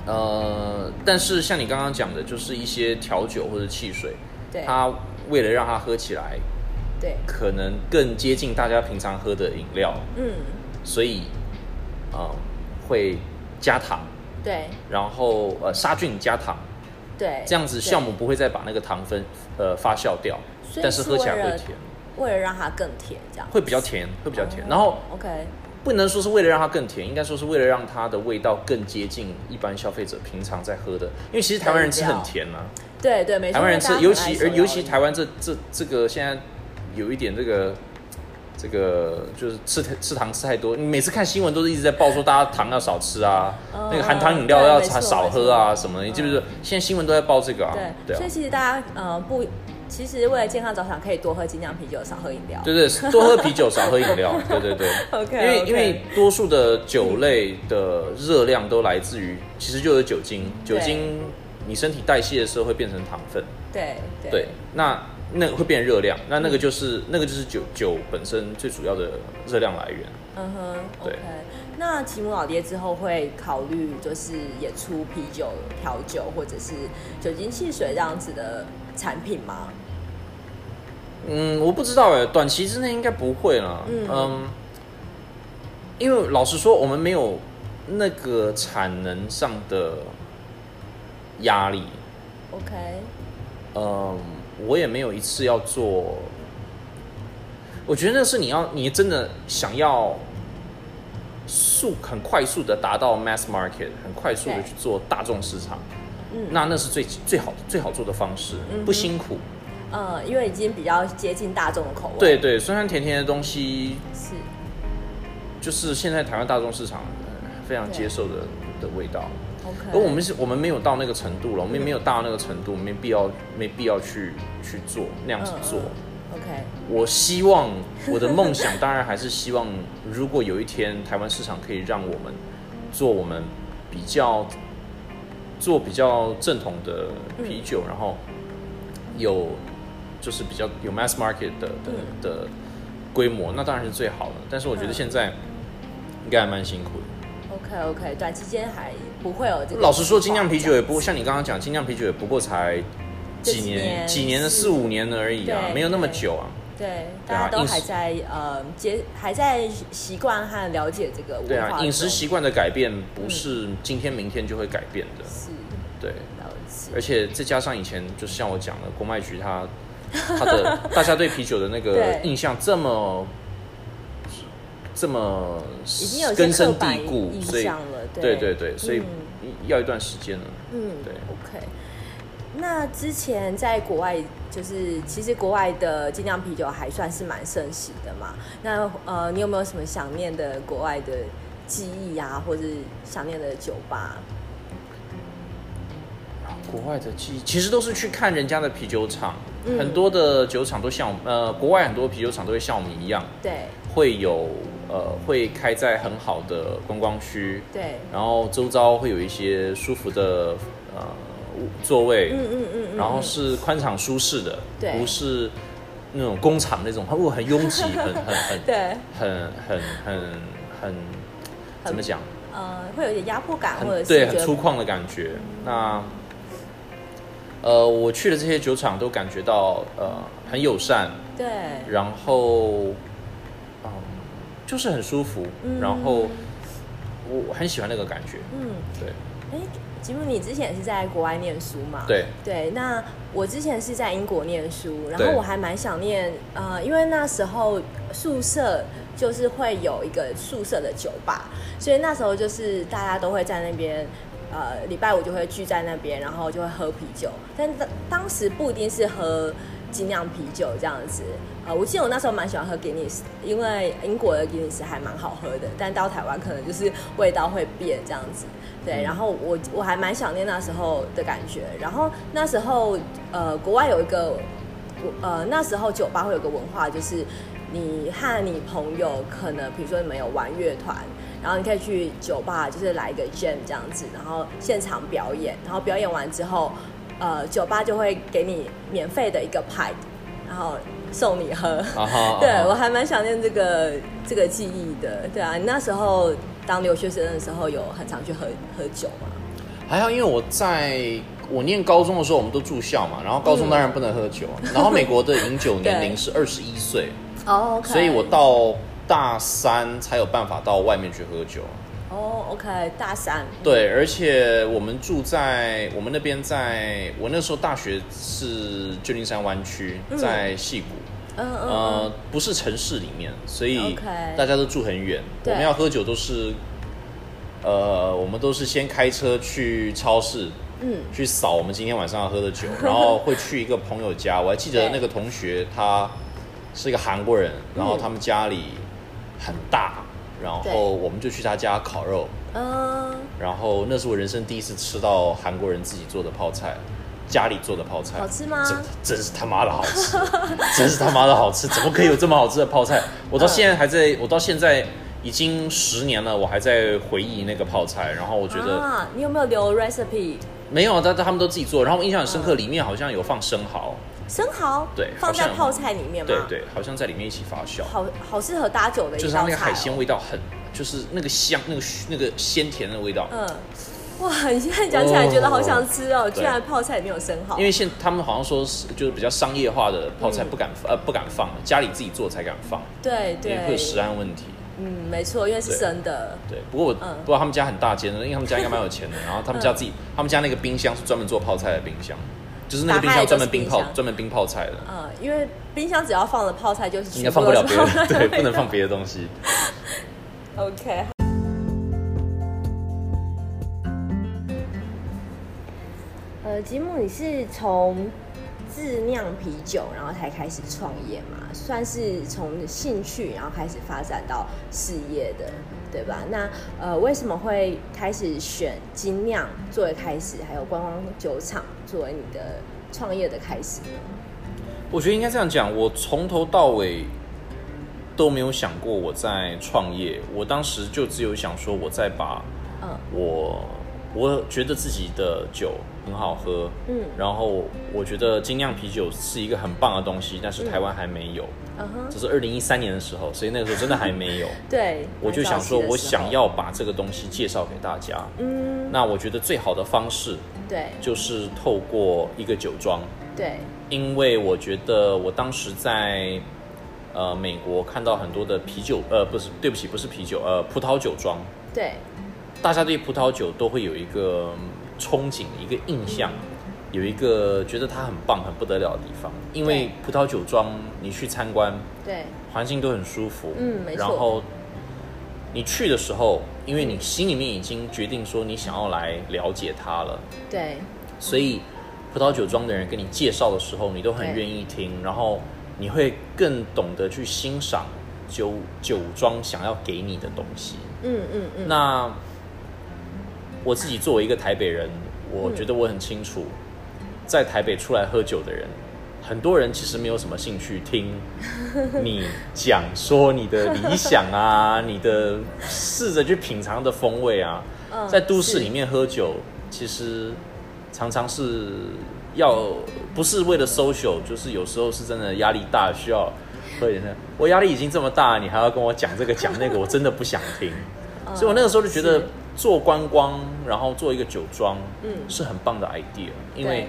S2: 呃，但是像你刚刚讲的，就是一些调酒或者汽水，
S1: 对
S2: 它为了让它喝起来
S1: 对，
S2: 可能更接近大家平常喝的饮料，
S1: 嗯
S2: 所以呃会加糖，
S1: 对
S2: 然后呃杀菌加糖，
S1: 对，
S2: 这样子
S1: 对
S2: 酵母不会再把那个糖分呃发酵掉
S1: 所，以
S2: 但是
S1: 是
S2: 喝起来
S1: 为了
S2: 会甜。
S1: 为了让它更甜，这样
S2: 会比较甜，会比较甜。
S1: 哦
S2: 然后
S1: OK
S2: 不能说是为了让它更甜，应该说是为了让它的味道更接近一般消费者平常在喝的。因为其实台湾人吃很甜啊，
S1: 对对，没错，
S2: 台湾人
S1: 因
S2: 吃，
S1: 为
S2: 尤
S1: 大家
S2: 其
S1: 很爱
S2: 而
S1: 手
S2: 尤其
S1: 摇饮
S2: 台湾这这这个现在有一点这个。这个就是吃吃糖吃太多，你每次看新闻都是一直在报说大家糖要少吃啊，
S1: 嗯
S2: 那个含糖饮料要
S1: 对没错
S2: 少少喝啊
S1: 没错嗯
S2: 什么的，你记不记得？现在新闻都在报这个啊，
S1: 对，
S2: 对啊
S1: 所以，其实大家呃不，其实为了健康着想，可以多喝精酿啤酒，少喝饮料。
S2: 对对，多喝啤酒少喝饮料，对对对。
S1: OK，
S2: 因为
S1: OK
S2: 因为多数的酒类的热量都来自于，其实就是酒精，酒
S1: 嗯对
S2: 精你身体代谢的时候会变成糖分，
S1: 对对嗯
S2: 对，那那会变热量，那那个就是、那个就是酒酒本身最主要的热量来源。
S1: 嗯哼
S2: 对
S1: ，OK。那吉姆老爹之后会考虑，就是也出啤酒、调酒或者是酒精汽水这样子的产品吗？
S2: 嗯，我不知道哎，短期之内应该不会啦。
S1: 嗯
S2: 嗯因为老实说，我们没有那个产能上的压力。
S1: OK，
S2: 嗯，我也没有一次要做。我觉得那是你要，你真的想要速很快速的达到 mass market，很快速的
S1: 对
S2: 去做大众市场，
S1: 嗯
S2: 那那是最最好最好做的方式，
S1: 嗯哼
S2: 不辛苦。
S1: 呃，因为已经比较接近大众的口味，
S2: 对，对，酸酸甜甜的东西，
S1: 是，
S2: 就是现在台湾大众市场呃非常
S1: 对嗯
S2: 接受的的味道。
S1: OK，
S2: 而我们是，我们没有到那个程度了，我们也没有到那个程度，没必要没必要去去做那样子做。
S1: 嗯 OK，
S2: 我希望我的梦想，当然还是希望，如果有一天台湾市场可以让我们做我们比较做比较正统的啤酒，然后有就是比较有 mass market 的的的规模，那当然是最好的。但是我觉得
S1: 嗯
S2: 现在应该还蛮辛苦的。
S1: OK OK，短期间还不会有这个。
S2: 老实说，精酿啤酒也不像你刚刚讲，精酿啤酒也不过才
S1: 这
S2: 几
S1: 几
S2: 年
S1: 年
S2: 几年的
S1: 四
S2: 四五年而已啊，
S1: 对
S2: 没有那么
S1: 对
S2: 久啊。
S1: 对，
S2: 对
S1: 大家
S2: 啊
S1: 都
S2: 饮食
S1: 还在呃接，还在习惯和了解这个文化。
S2: 对啊，饮食习惯的改变不
S1: 嗯
S2: 是今天明天就会改变的，
S1: 是
S2: 对。
S1: 了解。
S2: 而且再加上以前，就是像我讲的，国卖 局它它的大家对啤酒的那个
S1: 对
S2: 印象这么这么
S1: 已经有一些
S2: 根深
S1: 刻板
S2: 蒂固，
S1: 印
S2: 所以
S1: 象了，
S2: 对
S1: 对
S2: 对对，所以
S1: 嗯
S2: 要一段时间了。
S1: 嗯，
S2: 对
S1: ，OK。那之前在国外，就是其实国外的精酿啤酒还算是蛮盛行的嘛。那呃，你有没有什么想念的国外的记忆啊，或是想念的酒吧？
S2: 国外的记忆其实都是去看人家的啤酒厂，
S1: 嗯
S2: 很多的酒厂都像我们呃，国外很多啤酒厂都会像我们一样，
S1: 对
S2: 会有呃会开在很好的观光区，
S1: 对，
S2: 然后周遭会有一些舒服的呃座位，
S1: 嗯嗯嗯嗯，
S2: 然后是宽敞舒适的，
S1: 对
S2: 不是那种工厂那种，哦，很拥 挤，很很很
S1: 对，
S2: 很很很很怎么讲，
S1: 呃，会有点压迫感，或者
S2: 很
S1: 是
S2: 对，
S1: 觉
S2: 很
S1: 得
S2: 粗犷的感觉。
S1: 嗯
S2: 那呃，我去的这些酒厂都感觉到呃很友善，
S1: 对，
S2: 然后嗯、就是很舒服，
S1: 嗯
S2: 然后我我很喜欢那个感觉，
S1: 嗯，
S2: 对
S1: 哎，吉姆，你之前也是在国外念书嘛？
S2: 对。
S1: 对，那我之前是在英国念书，然
S2: 对
S1: 后我还蛮想念，呃，因为那时候宿舍就是会有一个宿舍的酒吧，所以那时候就是大家都会在那边，呃，礼拜五就会聚在那边，然后就会喝啤酒，但当当时不一定是喝精酿啤酒这样子。呃，我记得我那时候蛮喜欢喝 Guinness，因为英国的 Guinness 还蛮好喝的，但到台湾可能就是味道会变这样子。对，然后我我还蛮想念那时候的感觉。然后那时候呃，国外有一个我呃那时候酒吧会有个文化，就是你和你朋友可能比如说你们有玩乐团，然后你可以去酒吧，就是来一个 jam 这样子，然后现场表演，然后表演完之后，呃，酒吧就会给你免费的一个派，然后送你 喝。
S2: 啊哈，
S1: 对
S2: 啊哈
S1: 我还蛮想念这个这个记忆的。对啊，你那时候当留学生的时候，有很常去喝喝酒吗？
S2: 还好，因为我在我念高中的时候，我们都住校嘛，然后高
S1: 嗯
S2: 中当然不能喝酒啊，然后美国的饮酒 年龄是二十一岁，
S1: 哦、o k
S2: 所以我到大三才有办法到外面去喝酒。
S1: 哦、o k 大三，
S2: 对，而且我们住在我们那边在，我那时候大学是旧金山湾区，在戏谷，
S1: 嗯嗯
S2: 呃
S1: 嗯，，
S2: 不是城市里面，所以
S1: OK
S2: 大家都住很远。我
S1: 对
S2: 们要喝酒都是，呃，我们都是先开车去超市，
S1: 嗯，
S2: 去扫我们今天晚上要喝的 酒，然后会去一个朋友家。我还记得
S1: 对嗯
S2: 那个同学，他是一个韩国人，然后他们家里很大，然
S1: 对
S2: 后我们就去他家烤肉，
S1: 嗯，
S2: 然后那是我人生第一次吃到韩国人自己做的泡菜，家里做的泡菜，
S1: 好吃吗
S2: 真真是他妈的好吃， 真是他妈的好吃，怎么可以有这么好吃的泡
S1: 嗯
S2: 菜？我到现在还在，我到现在已经十年了，我还在回忆那个泡菜，然后我觉得。
S1: 啊，你有没有留 recipe？
S2: 没有，但但他们都自己
S1: 嗯
S2: 做。然后我印象很深刻，里面好像有放生蚝，
S1: 生蚝
S2: 对
S1: 放
S2: 好
S1: 在
S2: 像
S1: 泡菜里面吗？
S2: 对，对，好像在里面一起发酵，
S1: 嗯好好适合搭酒的一道菜、哦，
S2: 就是它那个海鲜味道很，就是那个香，那个那个鲜甜的味道。
S1: 嗯，哇，你现在讲起来觉得好想吃哦，
S2: 哦
S1: 居然泡菜里面有生蚝，
S2: 因为现他们好像说是就是比较商业化的泡菜
S1: 嗯
S2: 不敢、呃不敢放，家里自己做才敢放，
S1: 对
S2: 因为会
S1: 对
S2: 有，食安问题。
S1: 嗯，没错，因为是
S2: 对
S1: 生的，
S2: 对，不过我、
S1: 嗯
S2: 不知道他们家很大间的，因为他们家应该蛮有钱的。然后他们家自己，他们家那个冰箱是专门做泡菜的冰箱，就是那个冰
S1: 打开来
S2: 箱专
S1: 就是
S2: 门冰
S1: 冰
S2: 泡
S1: 箱
S2: 专门冰泡菜的，
S1: 嗯，因为冰箱只要放了泡菜，就是全
S2: 应该
S1: 部
S2: 放
S1: 都 是
S2: 不了别的
S1: 泡菜，
S2: 对，不能放别的东西。
S1: OK。呃，吉姆，你是从自酿啤酒，然后才开始创业嘛？算是从兴趣，然后开始发展到事业的，对吧？那呃，为什么会开始选精酿作为开始，还有观光酒厂作为你的创业的开始呢？
S2: 我觉得应该这样讲，我从头到尾都没有想过我在创业，我当时就只有想说我在把
S1: 嗯
S2: 我我觉得自己的酒很好喝，
S1: 嗯
S2: 然后我觉得精酿啤酒是一个很棒的东西，但是台湾还没有，
S1: 嗯哼，
S2: 这是二零一三年的时候，所以那个时候真的还没有。
S1: 对，
S2: 我就想说，
S1: 蛮早期的时候
S2: 我想，要把这个东西介绍给大家。
S1: 嗯，
S2: 那我觉得最好的方式
S1: 对
S2: 就是透过一个酒庄，
S1: 对，
S2: 因为我觉得我当时在呃美国看到很多的啤酒，呃不是，对不起，不是啤酒，呃葡萄酒庄，
S1: 对，
S2: 大家对葡萄酒都会有一个嗯憧憬，一个印象，有一个觉得它很棒、很不得了的地方。因为
S1: 对
S2: 葡萄酒庄，你去参观，
S1: 对，
S2: 环境都很舒服，
S1: 嗯没错
S2: 然后你去的时候，因为你心里面已经决定说你想要来了解它了，
S1: 对，
S2: 所以葡萄酒庄的人跟你介绍的时候，你都很
S1: 对
S2: 愿意听，然后你会更懂得去欣赏酒酒庄想要给你的东西。
S1: 嗯嗯嗯，
S2: 那我自己作为一个台北人，我
S1: 嗯
S2: 觉得我很清楚，在台北出来喝酒的人，很多人其实没有什么兴趣 听你讲说你的理想啊，你的试着去品尝的风味啊。
S1: 嗯
S2: 在都市
S1: 是
S2: 里面喝酒，其实常常是要不是为了 social，就是有时候是真的压力大，需要喝一点的。我压力已经这么大了，你还要跟我讲这个讲那个，我真的不想 听。所以我那个时候就觉
S1: 嗯是
S2: 得做观光，然后做一个酒庄，
S1: 嗯
S2: 是很棒的 idea，因
S1: 对
S2: 为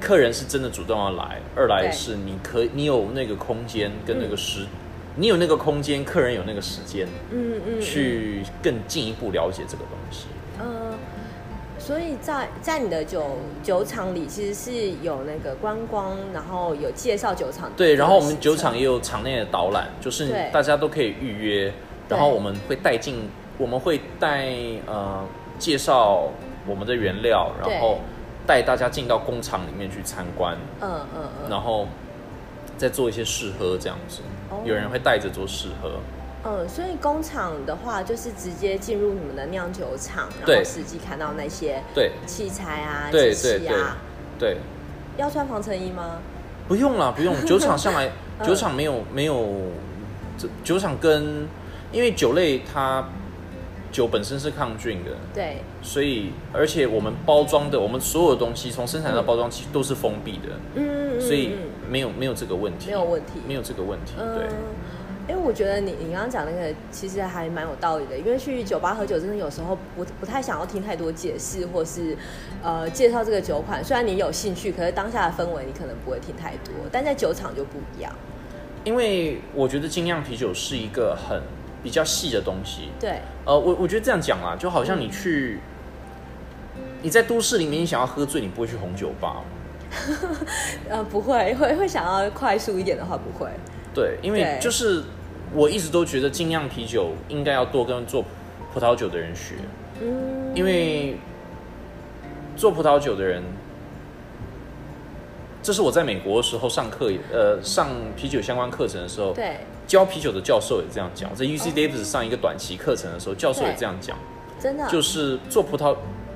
S2: 客人是真的主动要来，二来
S1: 对
S2: 是你可以你有那个空间跟那个时，你有那个空间，客人有那个时间
S1: 嗯嗯
S2: 去更进一步了解这个东西。
S1: 嗯，所以在在你的酒酒厂里，其实是有那个观光，然后有介绍酒厂的这
S2: 对，
S1: 个
S2: 然后我们
S1: 行
S2: 酒
S1: 程
S2: 厂也有场内的导览，就是
S1: 对
S2: 大家都可以预约，
S1: 对
S2: 然后我们会带进，我们会带呃介绍我们的原料，
S1: 对
S2: 然后带大家进到工厂里面去参观，
S1: 嗯嗯嗯
S2: 然后再做一些试喝这样子
S1: 哦。
S2: 有人会带着做试喝，
S1: 嗯，所以工厂的话就是直接进入你们的酿酒厂，然
S2: 对
S1: 后实际看到那些
S2: 对
S1: 器材啊、
S2: 对
S1: 机器
S2: 对
S1: 啊，
S2: 对，
S1: 要穿防尘衣吗？
S2: 不用啦，不用，酒厂向来
S1: 嗯
S2: 酒厂没有没有，这酒厂跟因为酒类它酒本身是抗菌的，
S1: 对，
S2: 所以，而且我们包装的，我们所有的东西从生产到包装其实都是封闭的，
S1: 嗯，嗯嗯
S2: 所以
S1: 嗯
S2: 没有没有这个问题，
S1: 没有问题
S2: 没有这个问题，
S1: 嗯
S2: 对，
S1: 因为我觉得你你刚刚讲那个其实还蛮有道理的，因为去酒吧喝酒真的有时候不不太想要听太多解释，或是呃介绍这个酒款。虽然你有兴趣，可是当下的氛围你可能不会听太多，但在酒厂就不一样。
S2: 因为我觉得精酿啤酒是一个很比较细的东西，
S1: 对
S2: 呃，我我觉得这样讲啦，就好像你去、
S1: 嗯
S2: 你在都市里面，你想要喝醉，你不会去红酒吧，
S1: 呃，不会，会会想要快速一点的话不会。
S2: 对，因为
S1: 对
S2: 就是我一直都觉得精酿啤酒应该要多跟做葡萄酒的人学，
S1: 嗯，
S2: 因为做葡萄酒的人，这是我在美国的时候上课也，呃，上啤酒相关课程的时候，
S1: 对，哦
S2: 教啤酒的教授也这样讲。我在 UC Davis 上一个短期课程的时候，教授也这样讲，
S1: 真的
S2: 就是做葡萄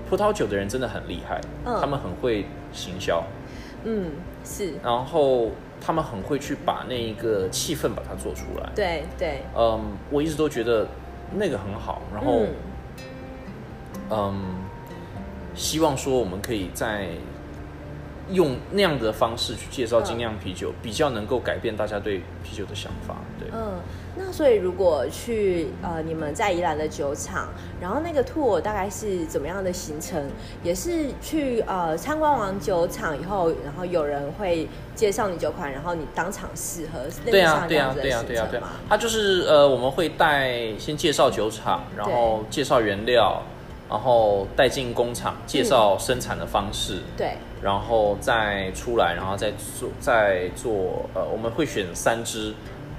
S2: 葡萄酒的人真的很厉害，
S1: 嗯
S2: 他们很会行销，
S1: 嗯是，
S2: 然后他们很会去把那一个气氛把它做出来。
S1: 对对，
S2: 嗯，我一直都觉得那个很好，然后。
S1: 嗯
S2: 嗯，希望说我们可以在用那样的方式去介
S1: 嗯
S2: 绍精酿啤酒，比较能够改变大家对啤酒的想法。对，
S1: 嗯，那所以如果去呃你们在宜兰的酒厂，然后那个 tour 大概是怎么样的行程？也是去呃参观完酒厂以后，然后有人会介绍你酒款，然后你当场试喝，类
S2: 对
S1: 似
S2: 啊，
S1: 像这
S2: 对
S1: 样
S2: 啊，
S1: 子的
S2: 对啊，
S1: 行
S2: 对啊，对
S1: 程
S2: 啊
S1: 吗？。
S2: 它就是呃，我们会带先介绍酒厂，然后介绍原料，然后带进工厂，介绍生产的方式。
S1: 对，
S2: 然后再出来，然后再做再做，呃，我们会选三支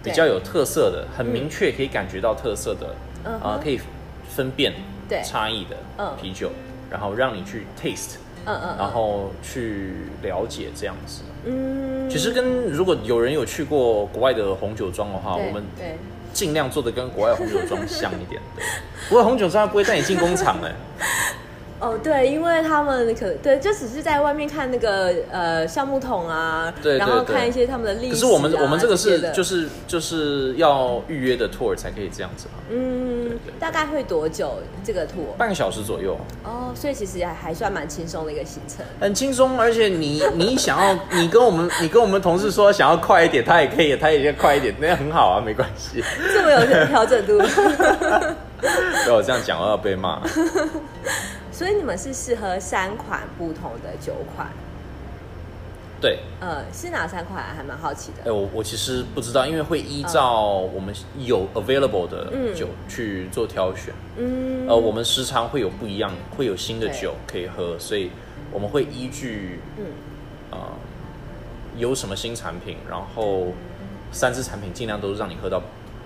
S2: 比
S1: 对
S2: 较有特色的，很明确可以感觉到特色的，
S1: 嗯
S2: 啊、
S1: 哼
S2: 可以分辨
S1: 对
S2: 差异的
S1: 嗯
S2: 啤酒，然后让你去 taste，
S1: 嗯嗯，
S2: 然后去了解这样子。
S1: 嗯，
S2: 其实跟如果有人有去过国外的红酒庄的话，
S1: 对
S2: 我们
S1: 对，
S2: 尽量做的跟国外红酒庄像一点。对国外红酒庄它不会带你进工厂哎、
S1: 哦，对，因为他们可能对，就只是在外面看那个呃橡木桶啊，
S2: 对对
S1: 然后
S2: 对
S1: 看一些他们的历史、啊。
S2: 可是我们我们这个
S1: 些
S2: 是
S1: 的
S2: 就是就是要预约的 tour 才可以这样子嘛，
S1: 嗯
S2: 对对
S1: 大概会多久这个 tour？
S2: 半个小时左右，
S1: 哦，所以其实还还算蛮轻松的一个行程。
S2: 很轻松。而且你 你想要你跟我们你跟我们同事说想要快一点，他也可以，他也要快一点，那样很好啊，没关 系。
S1: 这么有调整度，
S2: 不要这样讲，我要被骂。
S1: 所以你们是适合三款不同的酒款，
S2: 对，
S1: 呃，是哪三款啊？还蛮好奇
S2: 哎、
S1: 的。
S2: 我我其实不知道，因为会依照我们有 available 的酒去做挑选。
S1: 嗯，
S2: 呃，我们时常会有不一样，会有新的
S1: 对
S2: 酒可以喝，所以我们会依据
S1: 嗯
S2: 啊、有什么新产品，然后三支产品尽量都让你喝到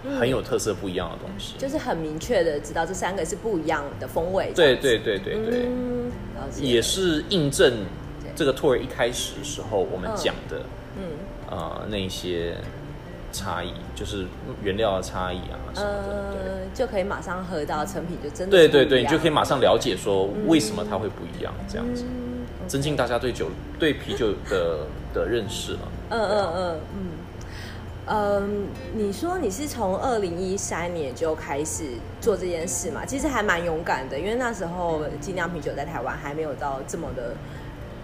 S1: 嗯
S2: 很有特色、不一样的东西。
S1: 就是很明确的知道这三个是不一样的风味。
S2: 对对对对对，
S1: 嗯，了解
S2: 也是印证
S1: 对
S2: 这个 tour 一开始的时候我们讲的
S1: 嗯
S2: 呃那一些差异，就是原料的差异啊什么的。对
S1: 呃，就可以马上喝到成品，就真的
S2: 对
S1: 是
S2: 对
S1: 不
S2: 对，
S1: 一
S2: 你
S1: 样
S2: 就可以马上了解说为什么它会不一样，这样子
S1: 嗯
S2: 增进大家对酒、对啤酒的的认识了。
S1: 嗯嗯嗯嗯嗯，你说你是从二零一三年就开始做这件事嘛？其实还蛮勇敢的，因为那时候精酿啤酒在台湾还没有到这么的，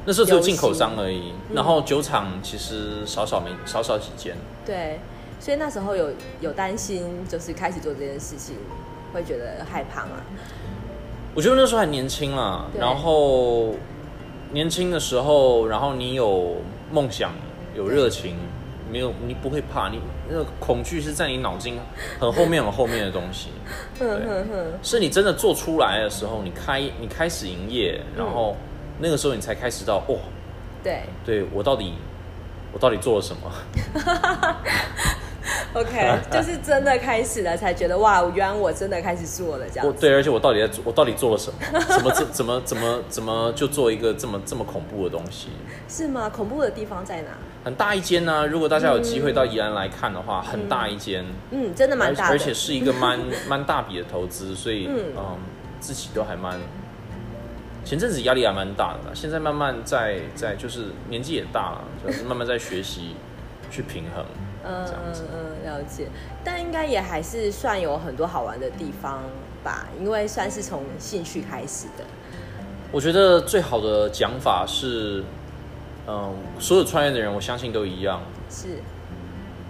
S2: 那时候只有进口商而已，然后酒厂其实少少没少少几间。
S1: 对，所以那时候有有担心，就是开始做这件事情会觉得害怕嘛？
S2: 我觉得那时候还年轻啦，
S1: 对
S2: 然后年轻的时候，然后你有梦想，有热情，没有你不会怕，你那个恐惧是在你脑筋很后面很后面的东西。
S1: 哼哼哼，
S2: 是你真的做出来的时候，你开你开始营业，然后那个时候你才开始到哇，
S1: 对
S2: 对我到底我到底做了什么？
S1: ，OK，就是 真的开始了，才觉得哇，原来我真的开始做了这样
S2: 我
S1: 子。
S2: 对，而且我到底在做我到底做了什么？怎么怎怎么怎么怎么就做一个这么这么恐怖的东西？
S1: 是吗？恐怖的地方在哪？
S2: 很大一间呢、如果大家有机会到宜兰来看的话，很大一间，
S1: 嗯，真的蛮
S2: 而
S1: 大的，
S2: 而且是一个 蛮蛮大笔的投资，所以
S1: 嗯
S2: 嗯自己都还蛮。前阵子压力还蛮大的啦，现在慢慢在在就是年纪也大了，就是慢慢在学习去平 衡。
S1: 嗯
S2: 这样
S1: 嗯
S2: 子
S1: 嗯，了解。但应该也还是算有很多好玩的地方吧，因为算是从兴趣开始的。
S2: 我觉得最好的讲法是，嗯，所有创业的人，我相信都一样，
S1: 是，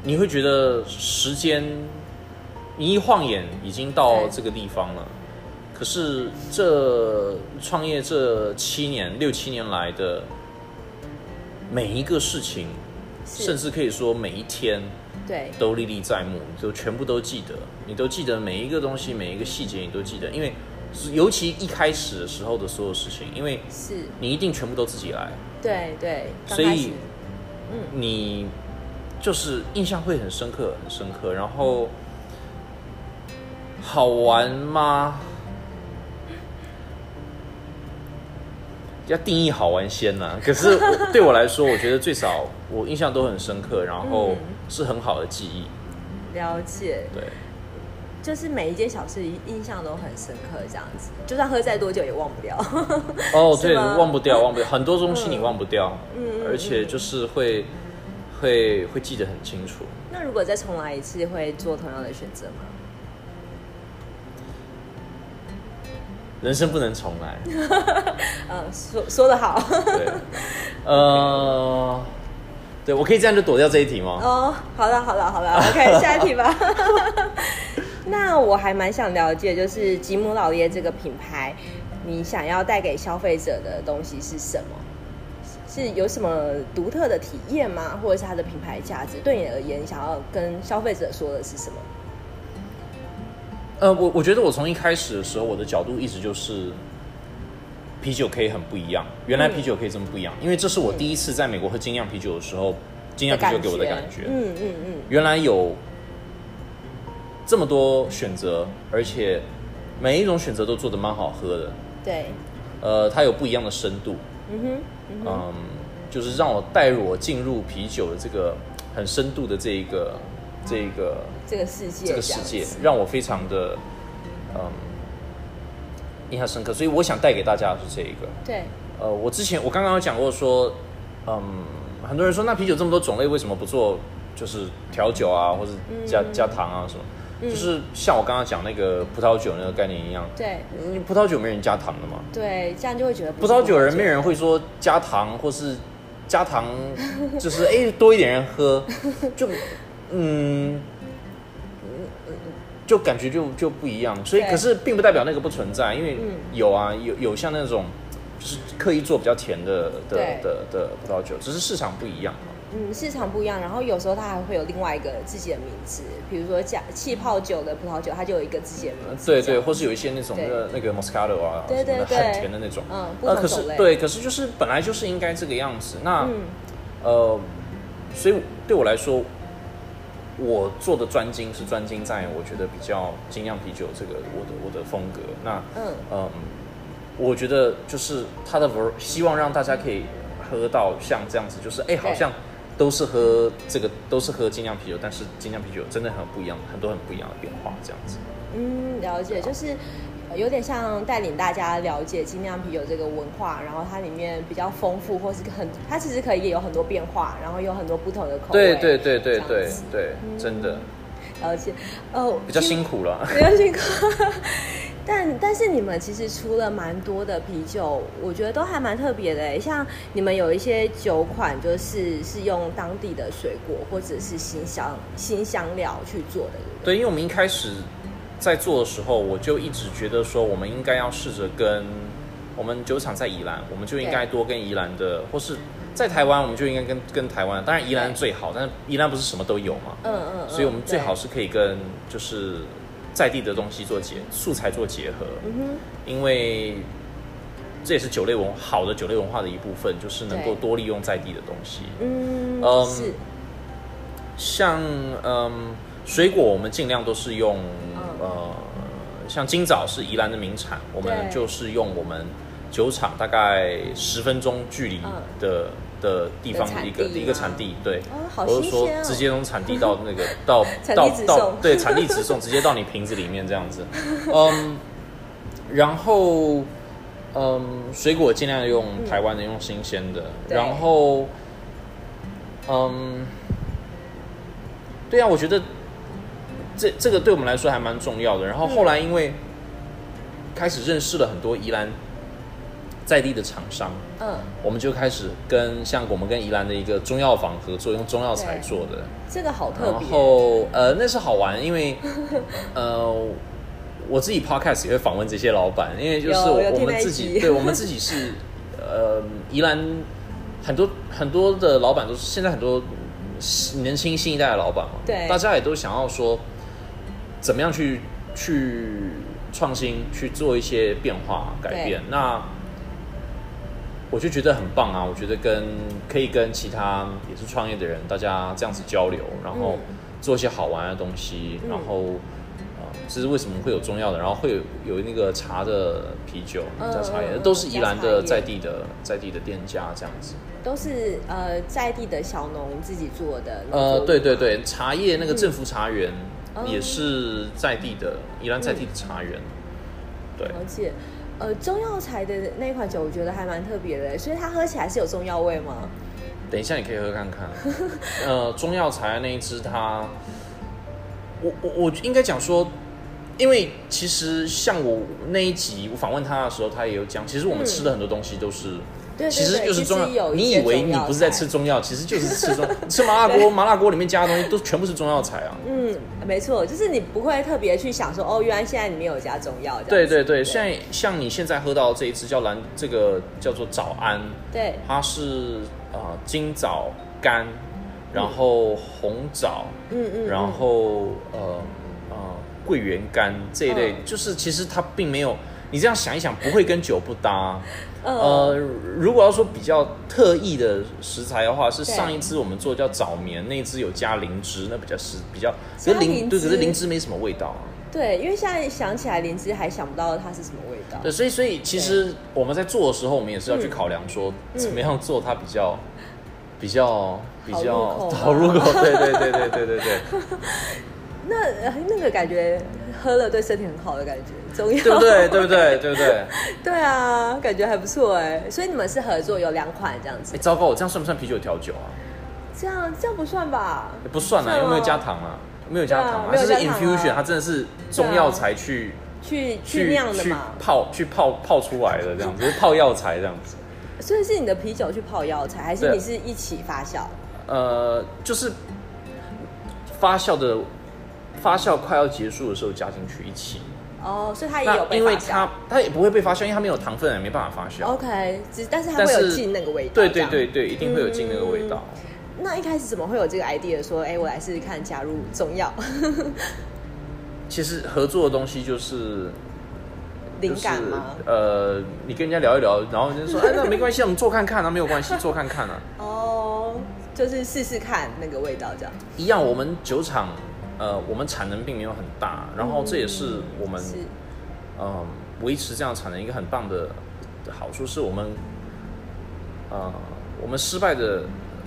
S2: 你会觉得时间，你一晃眼已经到
S1: 对
S2: 这个地方了。可是这创业这七年六七年来的每一个事情，
S1: 是
S2: 甚至可以说每一天
S1: 对，
S2: 都历历在目，就全部都记得，你都记得每一个东西每一个细节，你都记得，因为尤其一开始的时候的所有事情，因为
S1: 是，
S2: 你一定全部都自己来，
S1: 对对。刚
S2: 所以
S1: 开始
S2: 你就是印象会很深刻，很深刻。然后好玩吗？要定义好玩先呐、可是 我对我来说，我觉得最少我印象都很深刻，然后
S1: 嗯
S2: 是很好的记忆。
S1: 了解，
S2: 对，
S1: 就是每一件小事印象都很深刻，这样子，就算喝再多酒也忘不掉。
S2: 哦，
S1: 是
S2: 对，
S1: 吗
S2: 忘不掉，忘不掉，很多东西你忘不掉，
S1: 嗯嗯
S2: 而且就是会会会记得很清楚。
S1: 那如果再重来一次，会做同样的选择吗？
S2: 人生不能重来。
S1: 嗯，说说得好
S2: 对，呃，对我可以这样就躲掉这一题吗？
S1: 哦，好了好了好 了，OK，下一题吧。 那我还蛮想了解，就是吉姆老爹这个品牌，你想要带给消费者的东西是什么？是有什么独特的体验吗？或者是它的品牌价值？对你而言，你想要跟消费者说的是什么？
S2: 呃，我我觉得我从一开始的时候，我的角度一直就是。啤酒可以很不一样，原来啤酒可以这么不一样，因为这是我第一次在美国喝精酿啤酒的时候，精酿啤酒给我的感觉。
S1: 嗯嗯嗯，
S2: 原来有这么多选择，而且每一种选择都做得蛮好喝的。
S1: 对，
S2: 呃，它有不一样的深度，
S1: 嗯哼，
S2: 嗯，就是让我带入我进入啤酒的这个很深度的这一个这一个
S1: 嗯这个世界，
S2: 这个世界，让我非常的嗯印象深刻，所以我想带给大家的是这一个。
S1: 对，
S2: 呃，我之前我刚刚有讲过说，嗯，很多人说那啤酒这么多种类，为什么不做就是调酒啊，或者加、加糖啊什么？就是像我刚刚讲那个葡萄酒那个概念一样，
S1: 对，
S2: 你葡萄酒没人加糖的嘛？
S1: 对，这样就会觉得不
S2: 葡
S1: 是
S2: 萄酒人
S1: 没
S2: 没人会说加糖，或是加糖就是哎、多一点人喝，就嗯。就感觉就就不一样，所以
S1: 对嗯
S2: 可是并不代表那个不存在，因为有啊，有有像那种就是刻意做比较甜的的
S1: 对
S2: 的的葡萄酒，只是市场不一样嘛。
S1: 嗯，市场不一样，然后有时候它还会有另外一个自己的名字，比如说加气泡酒的葡萄酒，它就有一个自己的名字。
S2: 对
S1: 这
S2: 对，
S1: 样
S2: 或是有一些那种
S1: 对
S2: 那个那个 Moscato 啊，
S1: 对
S2: 什么
S1: 对
S2: 的
S1: 对
S2: 很甜的那种。
S1: 嗯不
S2: 呃，
S1: 同
S2: 可是
S1: 种类
S2: 对，可是就是本来就是应该这个样子。那、
S1: 嗯
S2: 呃，所以对我来说，我做的专精是专精在我觉得比较精酿啤酒这个我的我的风格。那
S1: 嗯，
S2: 嗯，我觉得就是它的 var- 希望让大家可以喝到像这样子，就是哎，好像都是喝这个都是喝精酿啤酒，但是精酿啤酒真的很不一样，很多很不一样的变化这样子。
S1: 嗯，了解，就是呃有点像带领大家了解精酿啤酒这个文化，然后它里面比较丰富，或是很它其实可以有很多变化，然后有很多不同的口
S2: 对
S1: 味。
S2: 对对对
S1: 这
S2: 对
S1: 样子嗯
S2: 对，真的
S1: 了解，呃，
S2: 比较
S1: 听
S2: 辛苦了。
S1: 没有辛苦。 但但是你们其实出了蛮多的啤酒，我觉得都还蛮特别的诶。像你们有一些酒款，就是是用当地的水果或者是新香新香料去做的，对不
S2: 对，因为我们一开始在做的时候，我就一直觉得说，我们应该要试着跟我们酒厂在宜兰，我们就应该多跟宜兰的，或是在台湾，我们就应该跟跟台湾。当然宜兰最好，但是宜兰不是什么都有嘛，
S1: 对？嗯嗯嗯。
S2: 所以我们最
S1: 对
S2: 好是可以跟就是在地的东西做结素材做结合，
S1: 嗯
S2: 因为这也是酒类文好的酒类文化的一部分，就是能够
S1: 对
S2: 多利用在地的东西。
S1: 哼嗯
S2: 嗯
S1: 是
S2: 像嗯，水果我们尽量都是用、
S1: 嗯
S2: 呃，像今早是宜兰的名产，我们
S1: 对
S2: 就是用我们酒厂大概十分钟距离
S1: 嗯
S2: 的、的地方
S1: 的
S2: 的
S1: 产
S2: 一个
S1: 地
S2: 一个
S1: 吗
S2: 产地，对，
S1: 哦好
S2: 我
S1: 新
S2: 是说
S1: 鲜哦
S2: 直接从产地到那个到
S1: 产
S2: 到
S1: 地直
S2: 到
S1: 送
S2: 对产地直送，直接到你瓶子里面这样子，嗯，然后。嗯，水果尽量用台湾的，用新鲜的。
S1: 嗯对
S2: 然后，嗯，对啊，我觉得这这个对我们来说还蛮重要的。然后
S1: 嗯
S2: 后来因为开始认识了很多宜兰在地的厂商，
S1: 嗯，
S2: 我们就开始跟像我们跟宜兰的一个中药房合作，用中药材
S1: 对
S2: 做的。
S1: 这个好嗯特
S2: 然
S1: 别。
S2: 后呃，那是好玩，因为呃，我自己 podcast 也会访问这些老板，因为就是
S1: 有
S2: 我
S1: 有
S2: 我
S1: 听
S2: 们
S1: 那一
S2: 自己，
S1: 集
S2: 对我们自己是呃，宜兰很多很多的老板都是现在很多年轻新一代的老板嘛，
S1: 对
S2: 大家也都想要说怎么样去去创新，去做一些变化改
S1: 对
S2: 变，那。我就觉得很棒啊！我觉得跟可以跟其他也是创业的人，大家这样子交流，然后
S1: 嗯
S2: 做一些好玩的东西，
S1: 嗯
S2: 然后呃，这是为什么会有中药的，然后会有有那个茶的啤酒
S1: 嗯
S2: 加茶叶，
S1: 嗯
S2: 都是宜兰的
S1: 加茶叶
S2: 在地的在地的店家这样子。
S1: 都是呃在地的小农自己做的。
S2: 呃，对对
S1: 对。
S2: 对，茶叶那个政府茶园
S1: 嗯
S2: 也是在地的宜兰在地的茶园，对。
S1: 了解。呃，中药材的那一款酒，我觉得还蛮特别的，欸所以它喝起来是有中药味吗？
S2: 等一下，你可以喝看 看。呃，中药材的那一支它，我我我应该讲说，因为其实像我那一集我访问他的时候，他也有讲，其实我们吃的很多东西都是。
S1: 嗯对对
S2: 其实
S1: 对
S2: 就是
S1: 其
S2: 中
S1: 实
S2: 药，
S1: 有一
S2: 你
S1: 些
S2: 以为
S1: 中
S2: 你
S1: 药
S2: 不是在
S1: 材
S2: 吃中药，其实就是 吃中吃麻辣锅，麻辣锅里面加的东西都全部是中药材啊。
S1: 嗯，没错，就是你不会特别去想说，哦，原来现在里面有加中药。这
S2: 对
S1: 样子
S2: 对对，现在像你现在喝到这一支叫蓝，这个叫做早安，
S1: 对
S2: 它是啊、呃金枣干，然后红枣，
S1: 嗯嗯，
S2: 然后呃呃桂圆干这一类，
S1: 嗯
S2: 就是其实它并没有，你这样想一想，不会跟酒不搭。
S1: 嗯
S2: 呃，如果要说比较特意的食材的话，是
S1: 对
S2: 上一支我们做叫早眠，那一支有加灵芝，那比较是比较，可
S1: 加
S2: 是灵
S1: 灵
S2: 对，可是
S1: 芝哦
S2: 灵芝没什么味道啊。
S1: 对，因为现在想起来灵芝还想不到它是什么味道。
S2: 对，所以所以其实我们在做的时候，我们也是要去
S1: 嗯
S2: 考量说怎么样做它比较。比较比
S1: 好
S2: 较
S1: 入口吧
S2: 好入口，对对对对对对对，
S1: 那呃那个感觉喝了对身体很好的感觉，中药
S2: 对不对？对不对？对不对？
S1: 对啊，感觉还不错哎。所以你们是合作有两款这样子
S2: 哎，，糟糕，我这样算不算啤酒调酒啊？
S1: 这样这样不算吧？
S2: 也不算
S1: 不
S2: 啊，
S1: 算
S2: 因为没有
S1: 哦
S2: 加糖啊，没有加糖啊，
S1: 对啊
S2: 它就是
S1: 没有加糖啊
S2: infusion，它真的是中药材去
S1: 去去
S2: 去
S1: 酿的
S2: 去
S1: 嘛，
S2: 泡去泡泡出来的 这样子，就是泡药材这样子。
S1: 所以是你的啤酒去泡药材，还是
S2: 对
S1: 你是一起发酵？
S2: 呃，就是发酵的发酵快要结束的时候加进去一起。
S1: 哦，所以它也有
S2: 那
S1: 被
S2: 因为
S1: 发酵
S2: 它它也不会被发酵，因为它没有糖分，也没办法发酵。
S1: OK，只但是它
S2: 但
S1: 会有
S2: 是
S1: 进那个味道。
S2: 对
S1: 这
S2: 对
S1: 样嗯
S2: 对。对，一定会有进那个味道。
S1: 那一开始怎么会有这个 idea 说，哎、我来试试看加入中药？
S2: 其实合作的东西就是
S1: 灵感吗？
S2: 就是？呃，你跟人家聊一聊，然后人家说，哎，那没关系，我们做看看啊，没有关系，做看看 啊。
S1: 哦、就是试试看那个味道这样。
S2: 一样，我们酒厂，呃，我们产能并没有很大，然后哦这也是我们
S1: 是
S2: 嗯维持这样产能一个很棒的好处，是我们呃我们失败的，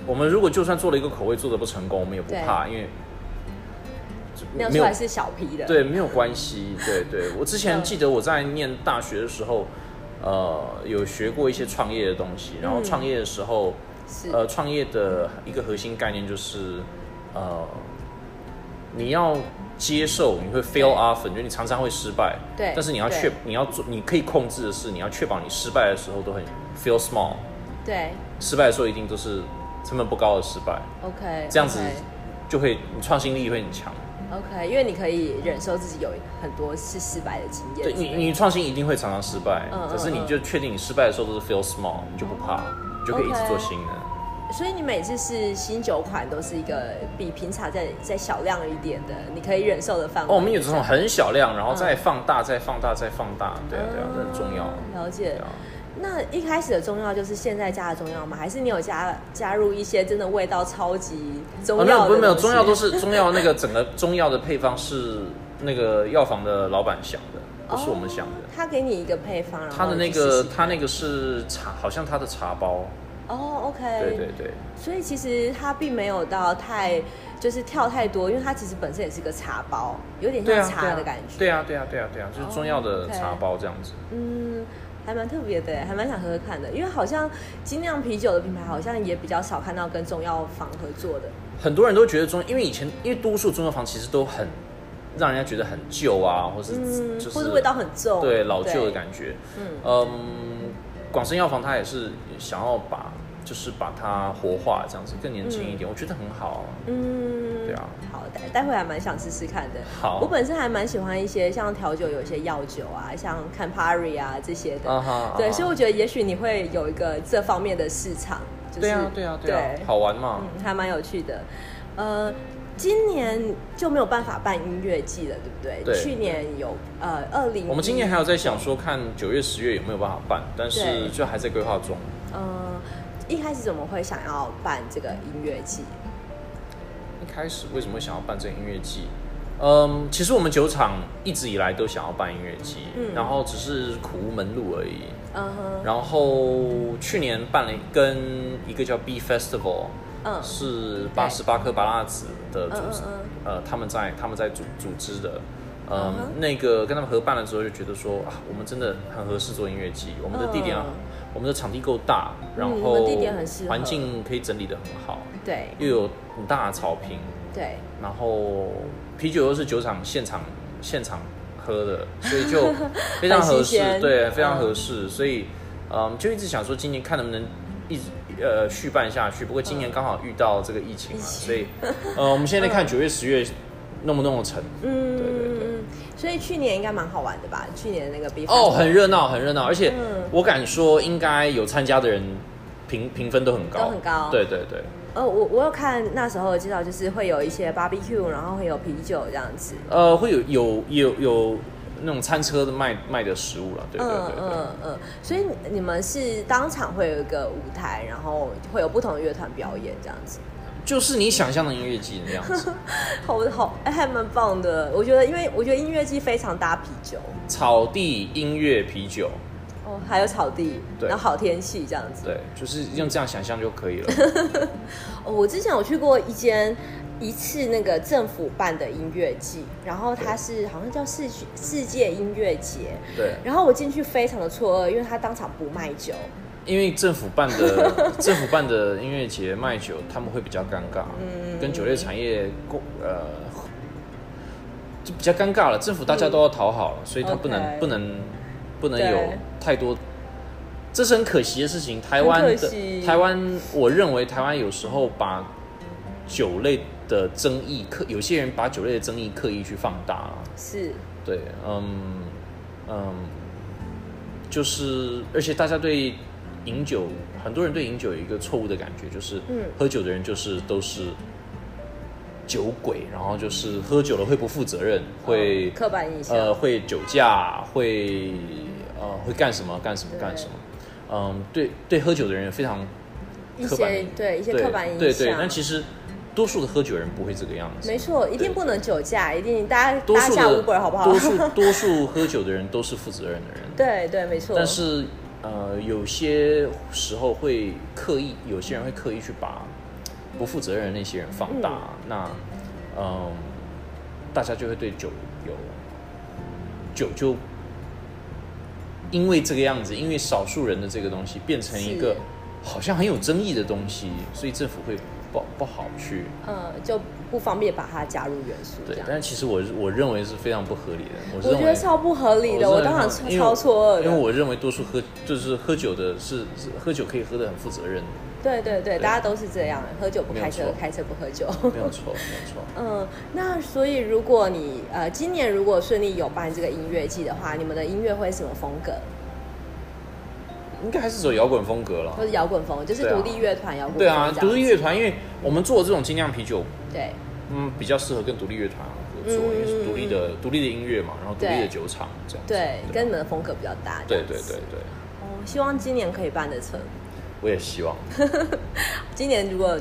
S2: 我们如果就算做了一个口味做的不成功，我们也不怕，因为就
S1: 酿出
S2: 没有
S1: 来是小啤的。
S2: 对没有关系，对对，
S1: 嗯
S2: 我之前记得我在念大学的时候，呃，有学过一些创业的东西，然后
S1: 嗯
S2: 创业的时候。
S1: 是，
S2: 呃，创业的一个核心概念就是，呃，你要接受你会 fail often，就是你常常会失败。
S1: 对
S2: 但是你要
S1: 对
S2: 确，你要做，你可以控制的是，你要确保你失败的时候都很 feel small，
S1: 对
S2: 失败的时候一定都是成本不高的失败，
S1: ，OK，
S2: 这样子就会你创新力会很强。
S1: OK，, 因为你可以忍受自己有很多次失败的经验之
S2: 对
S1: 类的。
S2: 你，你创新一定会常常失败，
S1: 嗯嗯
S2: 可是你
S1: 嗯
S2: 就确定你失败的时候都是 feel small，你就不怕，你就可以一直做新的。
S1: 所以你每次试新酒款都是一个比平常再再小量一点的，你可以忍受的范围。
S2: 哦，我们有这种很小量，
S1: 嗯
S2: 然后再放大，再放大，再放大，对啊，对啊，这很重要。
S1: 哦了
S2: 对
S1: 解
S2: 啊。
S1: 那一开始的中药就是现在加的中药吗？还是你有加加入一些真的味道超级中药
S2: 哦，没
S1: 的、
S2: 有，不是没有，中药都是中药那个整个中药的配方是那个药房的老板想的，不是我们想
S1: 哦
S2: 的。
S1: 他给你一个配方，然后
S2: 他的那
S1: 哦你去试
S2: 个
S1: 试
S2: 他那个是茶，好像他的茶包，
S1: 哦，OK，
S2: 对对对，
S1: 所以其实它并没有到太就是跳太多，因为它其实本身也是个茶包，有点
S2: 对
S1: 像
S2: 啊，对
S1: 茶
S2: 啊
S1: 的感觉。
S2: 对啊对啊对啊对啊，就是中药
S1: 哦
S2: 的
S1: ，OK
S2: 茶包这样子。
S1: 嗯，还蛮特别的，还蛮想喝喝看的，因为好像精酿啤酒的品牌好像也比较少看到跟中药房合作的。
S2: 很多人都觉得中，因为以前因为多数中药房其实都很让人家觉得很旧啊，或是
S1: 嗯，
S2: 就是
S1: 或是味道很重，
S2: 对老旧的感觉。
S1: 嗯，
S2: 嗯，广生药房它也是想要把就是把它活化，这样子更年轻一点，我觉得很好啊。
S1: 嗯，
S2: 对啊。
S1: 好，待待会还蛮想试试看的。
S2: 好
S1: 我本身还蛮喜欢一些像调酒，有一些药酒啊，像 Campari 啊这些的。
S2: 啊哈，
S1: 对，
S2: 啊哈
S1: 所以我觉得也许你会有一个这方面的市场。就是、
S2: 对啊，对啊，对啊，好玩嘛。
S1: 嗯，还蛮有趣的。呃，今年就没有办法办音乐季了，对不对？
S2: 对
S1: 去年有呃二零，20
S2: 我们今年还有在想说，看九月、十月有没有办法办，但
S1: 对
S2: 是就还在规划中。
S1: 呃一开始怎么会想要办这个音乐季？
S2: 一开始为什么会想要办这个音乐季？嗯，其实我们酒厂一直以来都想要办音乐季，
S1: 嗯
S2: 然后只是苦无门路而已。
S1: 嗯哼，
S2: 然后去年办了一跟一个叫 B Festival，
S1: 嗯
S2: 是八十八颗巴拉子的组织，
S1: 嗯嗯
S2: 呃，他们在他们在组组织的，
S1: 嗯
S2: 嗯，
S1: 哼
S2: 那个跟他们合办了之后，就觉得说啊，我们真的很合适做音乐季，我们的地点啊、
S1: 嗯
S2: 我们的场地够大，然
S1: 嗯
S2: 后
S1: 我们地点很适合
S2: 环境可以整理的很好，
S1: 对
S2: 又有很大的草坪，
S1: 对，
S2: 然后啤酒又是酒厂现场现场喝的，所以 就非常合
S1: 很新
S2: 适
S1: 鲜，
S2: 对，
S1: 嗯
S2: 非常合适。所以，嗯，就一直想说今年看能不能一直呃续办下去。不过今年刚好遇到这个疫情嘛，所以呃，我们现在看九月、十月弄不弄得成。
S1: 嗯，
S2: 对对对
S1: 所以去年应该蛮好玩的吧？去年那个 B
S2: 哦，很热闹，很热闹，而且
S1: 嗯
S2: 我敢说，应该有参加的人评评分都很高，
S1: 都很高
S2: 对对对，
S1: 呃，我我有看那时候的介绍，就是会有一些 barbecue，然后会有啤酒这样子。
S2: 呃，会有有有有那种餐车的卖卖的食物了，对对对对。
S1: 嗯嗯，所以你们是当场会有一个舞台，然后会有不同的乐团表演这样子，
S2: 就是你想象的音乐季那样子，
S1: 好好哎、还蛮棒的。我觉得，因为我觉得音乐季非常搭啤酒
S2: 草地音乐啤酒，
S1: 哦，还有草地，
S2: 对
S1: 然后好天气这样子。
S2: 对，就是用这样想象就可以了。
S1: 哦我之前有去过一间一次那个政府办的音乐季，然后它是好像叫世世界音乐节，
S2: 对，
S1: 然后我进去非常的错愕，因为他当场不卖酒，
S2: 因为政府办的 政府办的音乐节卖酒，他们会比较尴尬，
S1: 嗯
S2: 跟酒类产业共呃就比较尴尬了。政府大家都要讨好了，所以他不能
S1: 嗯 OK
S2: 不能不能
S1: 对
S2: 有太多，这是很可惜的事情。台湾
S1: 很可
S2: 的
S1: 惜
S2: 台湾，我认为台湾有时候把酒类的争议刻，有些人把酒类的争议刻意去放大了。
S1: 是
S2: 对，嗯嗯，就是而且大家对饮酒，很多人对饮酒有一个错误的感觉，就是
S1: 嗯
S2: 喝酒的人就是都是酒鬼，然后就是喝酒了会不负责任，会、
S1: 呃哦刻板印象，
S2: 呃会酒驾，会呃会干什么干什么干
S1: 对
S2: 什么，嗯，对对，喝酒的人有非常
S1: 一
S2: 刻板
S1: 些
S2: 印
S1: 对一些
S2: 对
S1: 刻板印象，
S2: 对对，但其实多数的喝酒人不会这个样子，
S1: 没错，一定不能酒驾，一定大家
S2: 多
S1: 搭
S2: 数
S1: 下
S2: 的
S1: Uber 好不好
S2: 多？数多数喝酒的人都是负责任的人，
S1: 对对，没错。
S2: 但是呃，有些时候会刻意，有些人会刻意去把不负责任的那些人放大，那嗯、大家就会对酒有酒就因为这个样子，因为少数人的这个东西变成一个
S1: 是
S2: 好像很有争议的东西，所以政府会不不好去。
S1: 呃，就不方便把它加入元素这
S2: 对，
S1: 样。
S2: 但其实我我认为是非常不合理的。我是
S1: 我
S2: 认
S1: 觉
S2: 为
S1: 得超不合理的，我
S2: 哦真的
S1: 当场
S2: 很
S1: 超
S2: 因为
S1: 超错愕的。
S2: 因为我认为多数喝就是喝酒的是是喝酒可以喝得很负责任，
S1: 对对对，
S2: 对
S1: 大家都是这样，喝酒不
S2: 没有
S1: 开车
S2: 错，
S1: 开车不喝酒。
S2: 没有错，没有错。
S1: 嗯，那所以如果你呃今年如果顺利有办这个音乐季的话，你们的音乐会是什么风格？
S2: 应该还是走摇滚风格了
S1: 或。是摇滚风，就是
S2: 对啊
S1: 独立乐团摇滚风
S2: 对啊，
S1: 这样
S2: 独立乐团，因为我们做的这种精酿啤酒，
S1: 对
S2: 嗯，比较适合跟独立乐团合作，
S1: 嗯
S2: 因为是独立的独立的音乐嘛，然后独立的酒厂这样子。
S1: 对，
S2: 啊
S1: 跟你们的风格比较搭。
S2: 对
S1: 这
S2: 对
S1: 样子
S2: 对。对，
S1: 哦，希望今年可以办得成。
S2: 我也希 望。
S1: 今年如果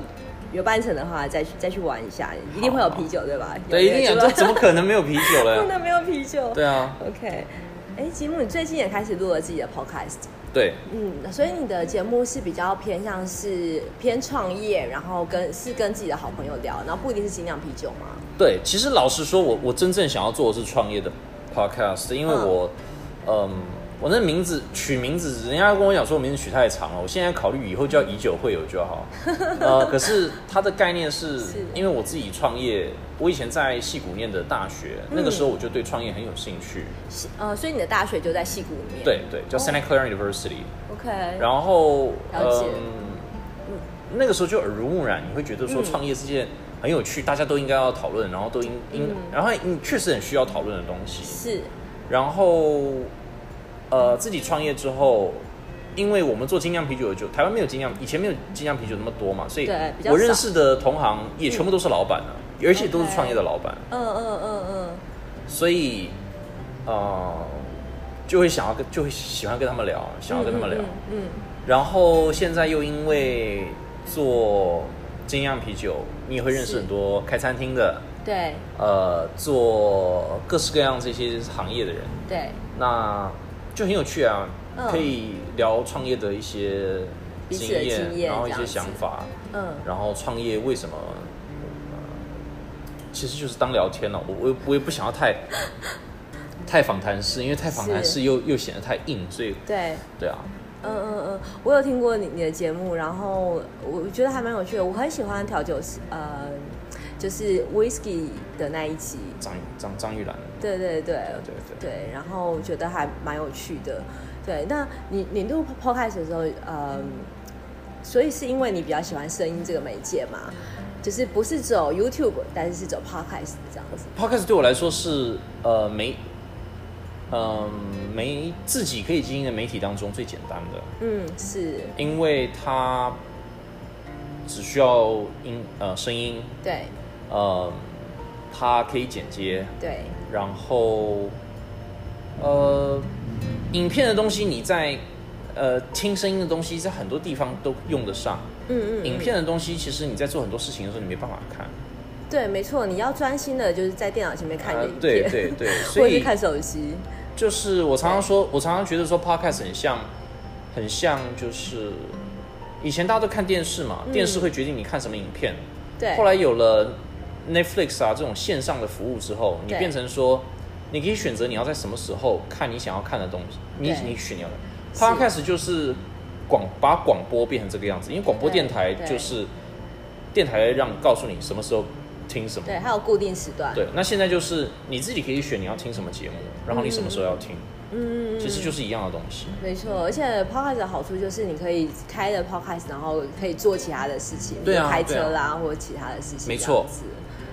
S1: 有办成的话，再去再去玩一下，一定会有啤酒对吧？
S2: 啊对，一定有，
S1: 有
S2: 这 怎么可能没有啤酒
S1: 不
S2: 嘞？
S1: 能没有啤酒？
S2: 对啊，
S1: OK，哎，吉姆，你最近也开始录了自己的 podcast，
S2: 对，
S1: 嗯，所以你的节目是比较偏向是偏创业，然后跟是跟自己的好朋友聊，然后不一定是精酿啤酒嘛。
S2: 对，其实老实说，我我真正想要做的是创业的 podcast，因为
S1: 嗯
S2: 我，嗯，我那名字取名字，人家跟我讲说我名字取太长了，我现在考虑以后叫以酒会友 就好。呃，可是它的概念是，
S1: 是
S2: 因为我自己创业，我以前在戏谷念的大学，那个
S1: 嗯
S2: 时候我就对创业很有兴趣。
S1: 是呃，所以你的大学就在戏谷里面。
S2: 对对，叫
S1: 哦
S2: Santa Clara University，、
S1: ，OK，
S2: 然后，嗯
S1: 了解
S2: 那个时候就耳濡目染，你会觉得说
S1: 嗯
S2: 创业是件很有趣，大家都应该要讨论，然后都应应，
S1: 嗯
S2: 然后你确实很需要讨论的东西。
S1: 是
S2: 然后，呃，自己创业之后，因为我们做精酿啤酒的酒，台湾没有精酿，以前没有精酿啤酒那么多嘛，所以
S1: 对比较
S2: 我认
S1: 少嗯
S2: 识的同行也全部都是老板啊，而且都是
S1: OK
S2: 创业的老板，
S1: 嗯嗯嗯嗯，
S2: 所以，呃，就会想要跟就会喜欢跟他们聊，想要跟他们聊。
S1: 嗯嗯
S2: 然后现在又因为做精酿啤酒，你也会认识
S1: 是
S2: 很多开餐厅的，
S1: 嗯对
S2: 呃，做各式各样这些行业的人，
S1: 对，
S2: 那就很有趣啊，
S1: 嗯
S2: 可以聊创业的一些
S1: 彼
S2: 经
S1: 此的
S2: 验，
S1: 经验
S2: 然后一
S1: 这
S2: 些
S1: 样子
S2: 想法，
S1: 嗯，
S2: 然后创业为什么？呃其实就是当聊天了，我我也我也不想 要太太访谈式，因为太访谈
S1: 是
S2: 式又又显得太硬，所以
S1: 对。
S2: 对啊，
S1: 嗯嗯嗯，我有听过你你的节目，然后我觉得还蛮有趣的。我很喜欢调酒师，呃，就是 whisky 的那一集。
S2: 张张张玉兰，
S1: 对对对
S2: 对对对。
S1: 对，然后觉得还蛮有趣的。对，那你你录 podcast 的时候，呃，所以是因为你比较喜欢声音这个媒介嘛？就是不是走 YouTube，但是是走 podcast 这样子。
S2: Podcast 对我来说是呃媒，呃媒自己可以经营的媒体当中最简单的，
S1: 嗯，是，
S2: 因为它只需要音呃声音，
S1: 对
S2: 呃它可以剪接，
S1: 对，
S2: 然后呃影片的东西你在呃听声音的东西在很多地方都用得上，
S1: 嗯嗯，
S2: 影片的东西其实你在做很多事情的时候你没办法看，
S1: 对，没错，你要专心的，就是在电脑前面看
S2: 呃
S1: 影片，
S2: 对对对，所
S1: 或者是
S2: 以
S1: 看手机。
S2: 就是我常常说，我常常觉得说 podcast 很像，很像就是以前大家都看电视嘛，电视会决定你看什么影片。
S1: 嗯对，
S2: 后来有了 Netflix 啊这种线上的服务之后，你
S1: 对
S2: 变成说，你可以选择你要在什么时候看你想要看的东西，你
S1: 对
S2: 你选你要的。
S1: 是
S2: Podcast 就是广把广播变成这个样子，因为广播
S1: 对
S2: 电台
S1: 对
S2: 就是电台让你告诉你什么时候听什么。
S1: 对，还有固定时段，
S2: 对，那现在就是你自己可以选你要听什么节目，然后你什么时候要听，
S1: 嗯，嗯，嗯
S2: 其实就是一样的东西。
S1: 没错，而且 podcast 的好处就是你可以开了 podcast，然后可以做其他的事情，
S2: 对啊
S1: 比如开
S2: 对啊
S1: 车啦、或者其他的事情，
S2: 没错
S1: 这样子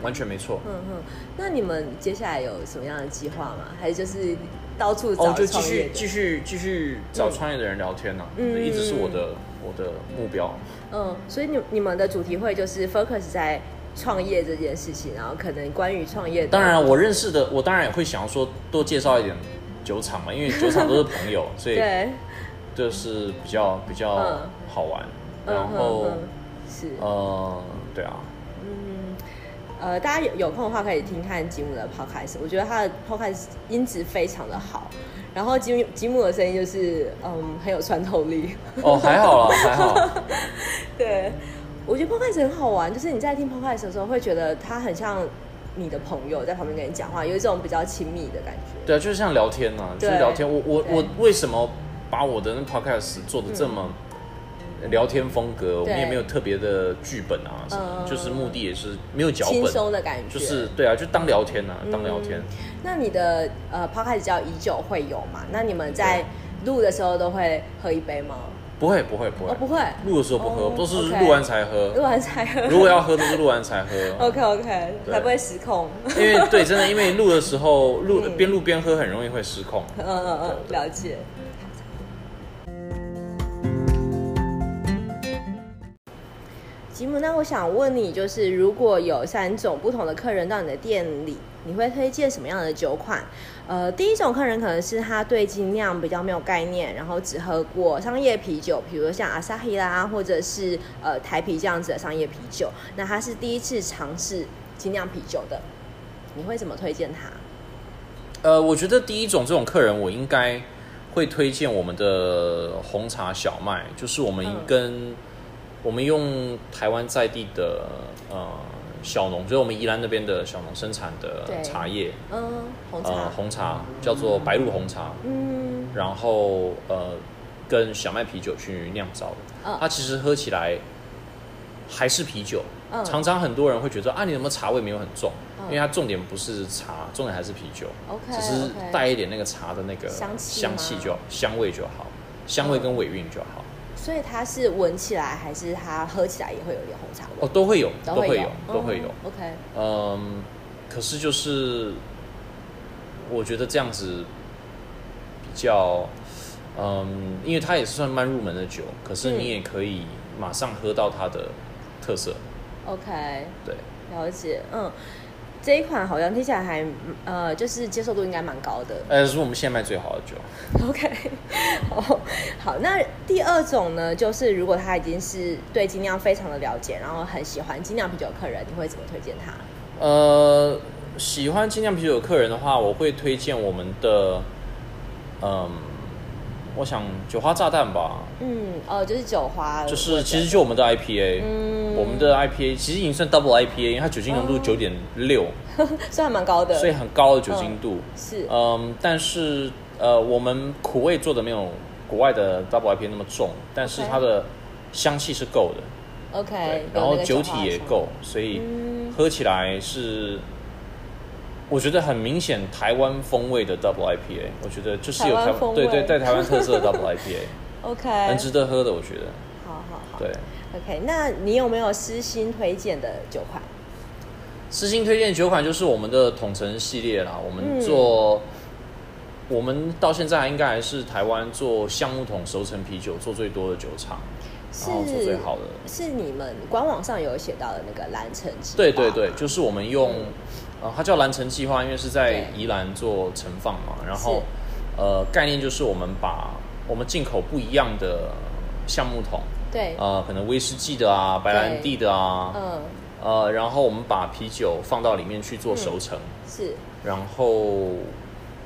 S2: 完全没错。
S1: 嗯哼，那你们接下来有什么样的计划吗？还是就是到处
S2: 哦
S1: 找，
S2: 就继
S1: 创业
S2: 续
S1: 的？
S2: 继续继续找创业的人聊天呐、
S1: 嗯
S2: 这一直是我的我的目标。
S1: 嗯，所以你你们的主题会就是 focus 在创业这件事情，然后可能关于创业的，
S2: 当然啊了，我认识的，我当然也会想要说多介绍一点酒厂嘛，因为酒厂都是朋 友，所以
S1: 对，
S2: 就是比较比较
S1: 嗯
S2: 好玩。
S1: 嗯
S2: 然后
S1: 嗯嗯是
S2: 呃，对啊，
S1: 嗯，呃，大家有有空的话可以听看吉姆的 podcast，我觉得他的 podcast 音质非常的好，然后吉姆吉姆的声音就是嗯很有穿透力，
S2: 哦还好啦，还好，
S1: 对，我觉得 podcast 很好玩，就是你在听 podcast 的时候会觉得他很像你的朋友在旁边跟你讲话，有一种比较亲密的感觉。
S2: 对啊，就是像聊天呐、就是
S1: 对
S2: 聊天。我我
S1: 对
S2: 我为什么把我的那 podcast 做的这么聊天风格？我们
S1: 嗯对
S2: 也没有特别的剧本啊什么
S1: 嗯
S2: 的，就是目的也是没有脚
S1: 轻
S2: 本，
S1: 松的嗯感觉，
S2: 就是对啊，就当聊天呐、当聊天。
S1: 那你的呃 p o d c a s 叫以酒会友嘛？那你们在录的时候都会喝一杯吗？
S2: 不会不会不
S1: 哦，不
S2: 会，
S1: 会，
S2: 录的时候不
S1: 哦
S2: 喝，都是
S1: OK
S2: 录完才喝。
S1: 录完才喝。
S2: 如果要喝，都是录完 才喝。
S1: OK OK，
S2: 对
S1: 才不会失控。
S2: 因为对，真的，因为录的时候录
S1: 嗯
S2: 边录边喝，很容易会失控。
S1: 嗯嗯嗯，了解。吉姆，那我想问你，就是如果有三种不同的客人到你的店里，你会推荐什么样的酒款？呃，第一种客人可能是他对精酿比较没有概念，然后只喝过商业啤酒，比如说像阿萨希啦，或者是呃台啤这样子的商业啤酒，那他是第一次尝试精酿啤酒的，你会怎么推荐他？
S2: 呃，我觉得第一种这种客人，我应该会推荐我们的红茶小麦，就是我们
S1: 嗯
S2: 跟、我们用台湾在地的呃小农，就是我们宜兰那边的小农生产
S1: 对
S2: 的茶叶，
S1: 嗯，红茶。
S2: 呃，红茶叫做白鹿红茶，
S1: 嗯，
S2: 然后呃跟小麦啤酒去酿造的，
S1: 嗯
S2: 它其实喝起来还是啤酒。
S1: 嗯
S2: 常常很多人会觉得啊，你怎么茶味没有很重？
S1: 嗯
S2: 因为它重点不是茶，重点还是啤酒
S1: OK，
S2: 只是
S1: OK
S2: 带一点那个茶的那个
S1: 香气吗
S2: 香气就好，香味就好，香味跟尾韵就好。
S1: 所以它是闻起来还是它喝起来也会有一点红茶味？
S2: 哦，都会有，
S1: 嗯都
S2: 都
S1: 会
S2: 会
S1: 有
S2: 有，，都会有
S1: 哦。OK，
S2: 嗯，可是就是我觉得这样子比较，嗯，因为它也是算慢入门的酒，可是
S1: 嗯
S2: 你也可以马上喝到它的特色，
S1: OK，
S2: 对。
S1: 了解。嗯，这一款好像听起来还呃，就是接受度应该蛮高的。
S2: 呃，是我们现在卖最好的酒。
S1: OK，好好。那第二种呢，就是如果他已经是对精酿非常的了解，然后很喜欢精酿啤酒的客人，你会怎么推荐他？
S2: 呃，喜欢精酿啤酒的客人的话，我会推荐我们的，嗯，我想酒花炸弹吧，
S1: 嗯，哦，就是酒花，
S2: 就是其实就我们的 IPA，、
S1: 嗯
S2: 我们的 IPA 其实已经算 double IPA，因为它酒精浓度九点六，
S1: 算还蛮高的，
S2: 所以很高的酒精度。
S1: 是
S2: 嗯，但是呃，我们苦味做的没有国外的 double IPA 那么重，但是
S1: OK
S2: 它的香气是够的。
S1: OK，
S2: 对，然
S1: 哎有那
S2: 后
S1: 个花
S2: 酒体也
S1: 的
S2: 够，所以
S1: 嗯
S2: 喝起来是，我觉得很明显台湾风味的 Double IPA，我觉得就是有
S1: 台湾
S2: 台湾
S1: 风
S2: 对
S1: 味
S2: 对带台湾特色的 Double IPA，
S1: OK，
S2: 很值得喝的，我觉得。
S1: 好好好，
S2: 对，
S1: OK，那你有没有私心推荐的酒款？
S2: 私心推荐酒款就是我们的统城系列啦，我们
S1: 嗯
S2: 做。我们到现在应该还是台湾做橡木桶熟成啤酒做最多的酒厂，然后哦做最好的。
S1: 是你们官网上有写到的那个蓝橙汁，
S2: 对对对，，就是我们用，呃，它叫蓝城计划，因为是在
S1: 对
S2: 宜兰做盛放嘛。然后，呃，概念就是我们把我们进口不一样的橡木桶，
S1: 对，
S2: 呃，可能威士忌的啊，白兰地的啊，
S1: 嗯，
S2: 呃，然后我们把啤酒放到里面去做熟成，
S1: 是
S2: 然后，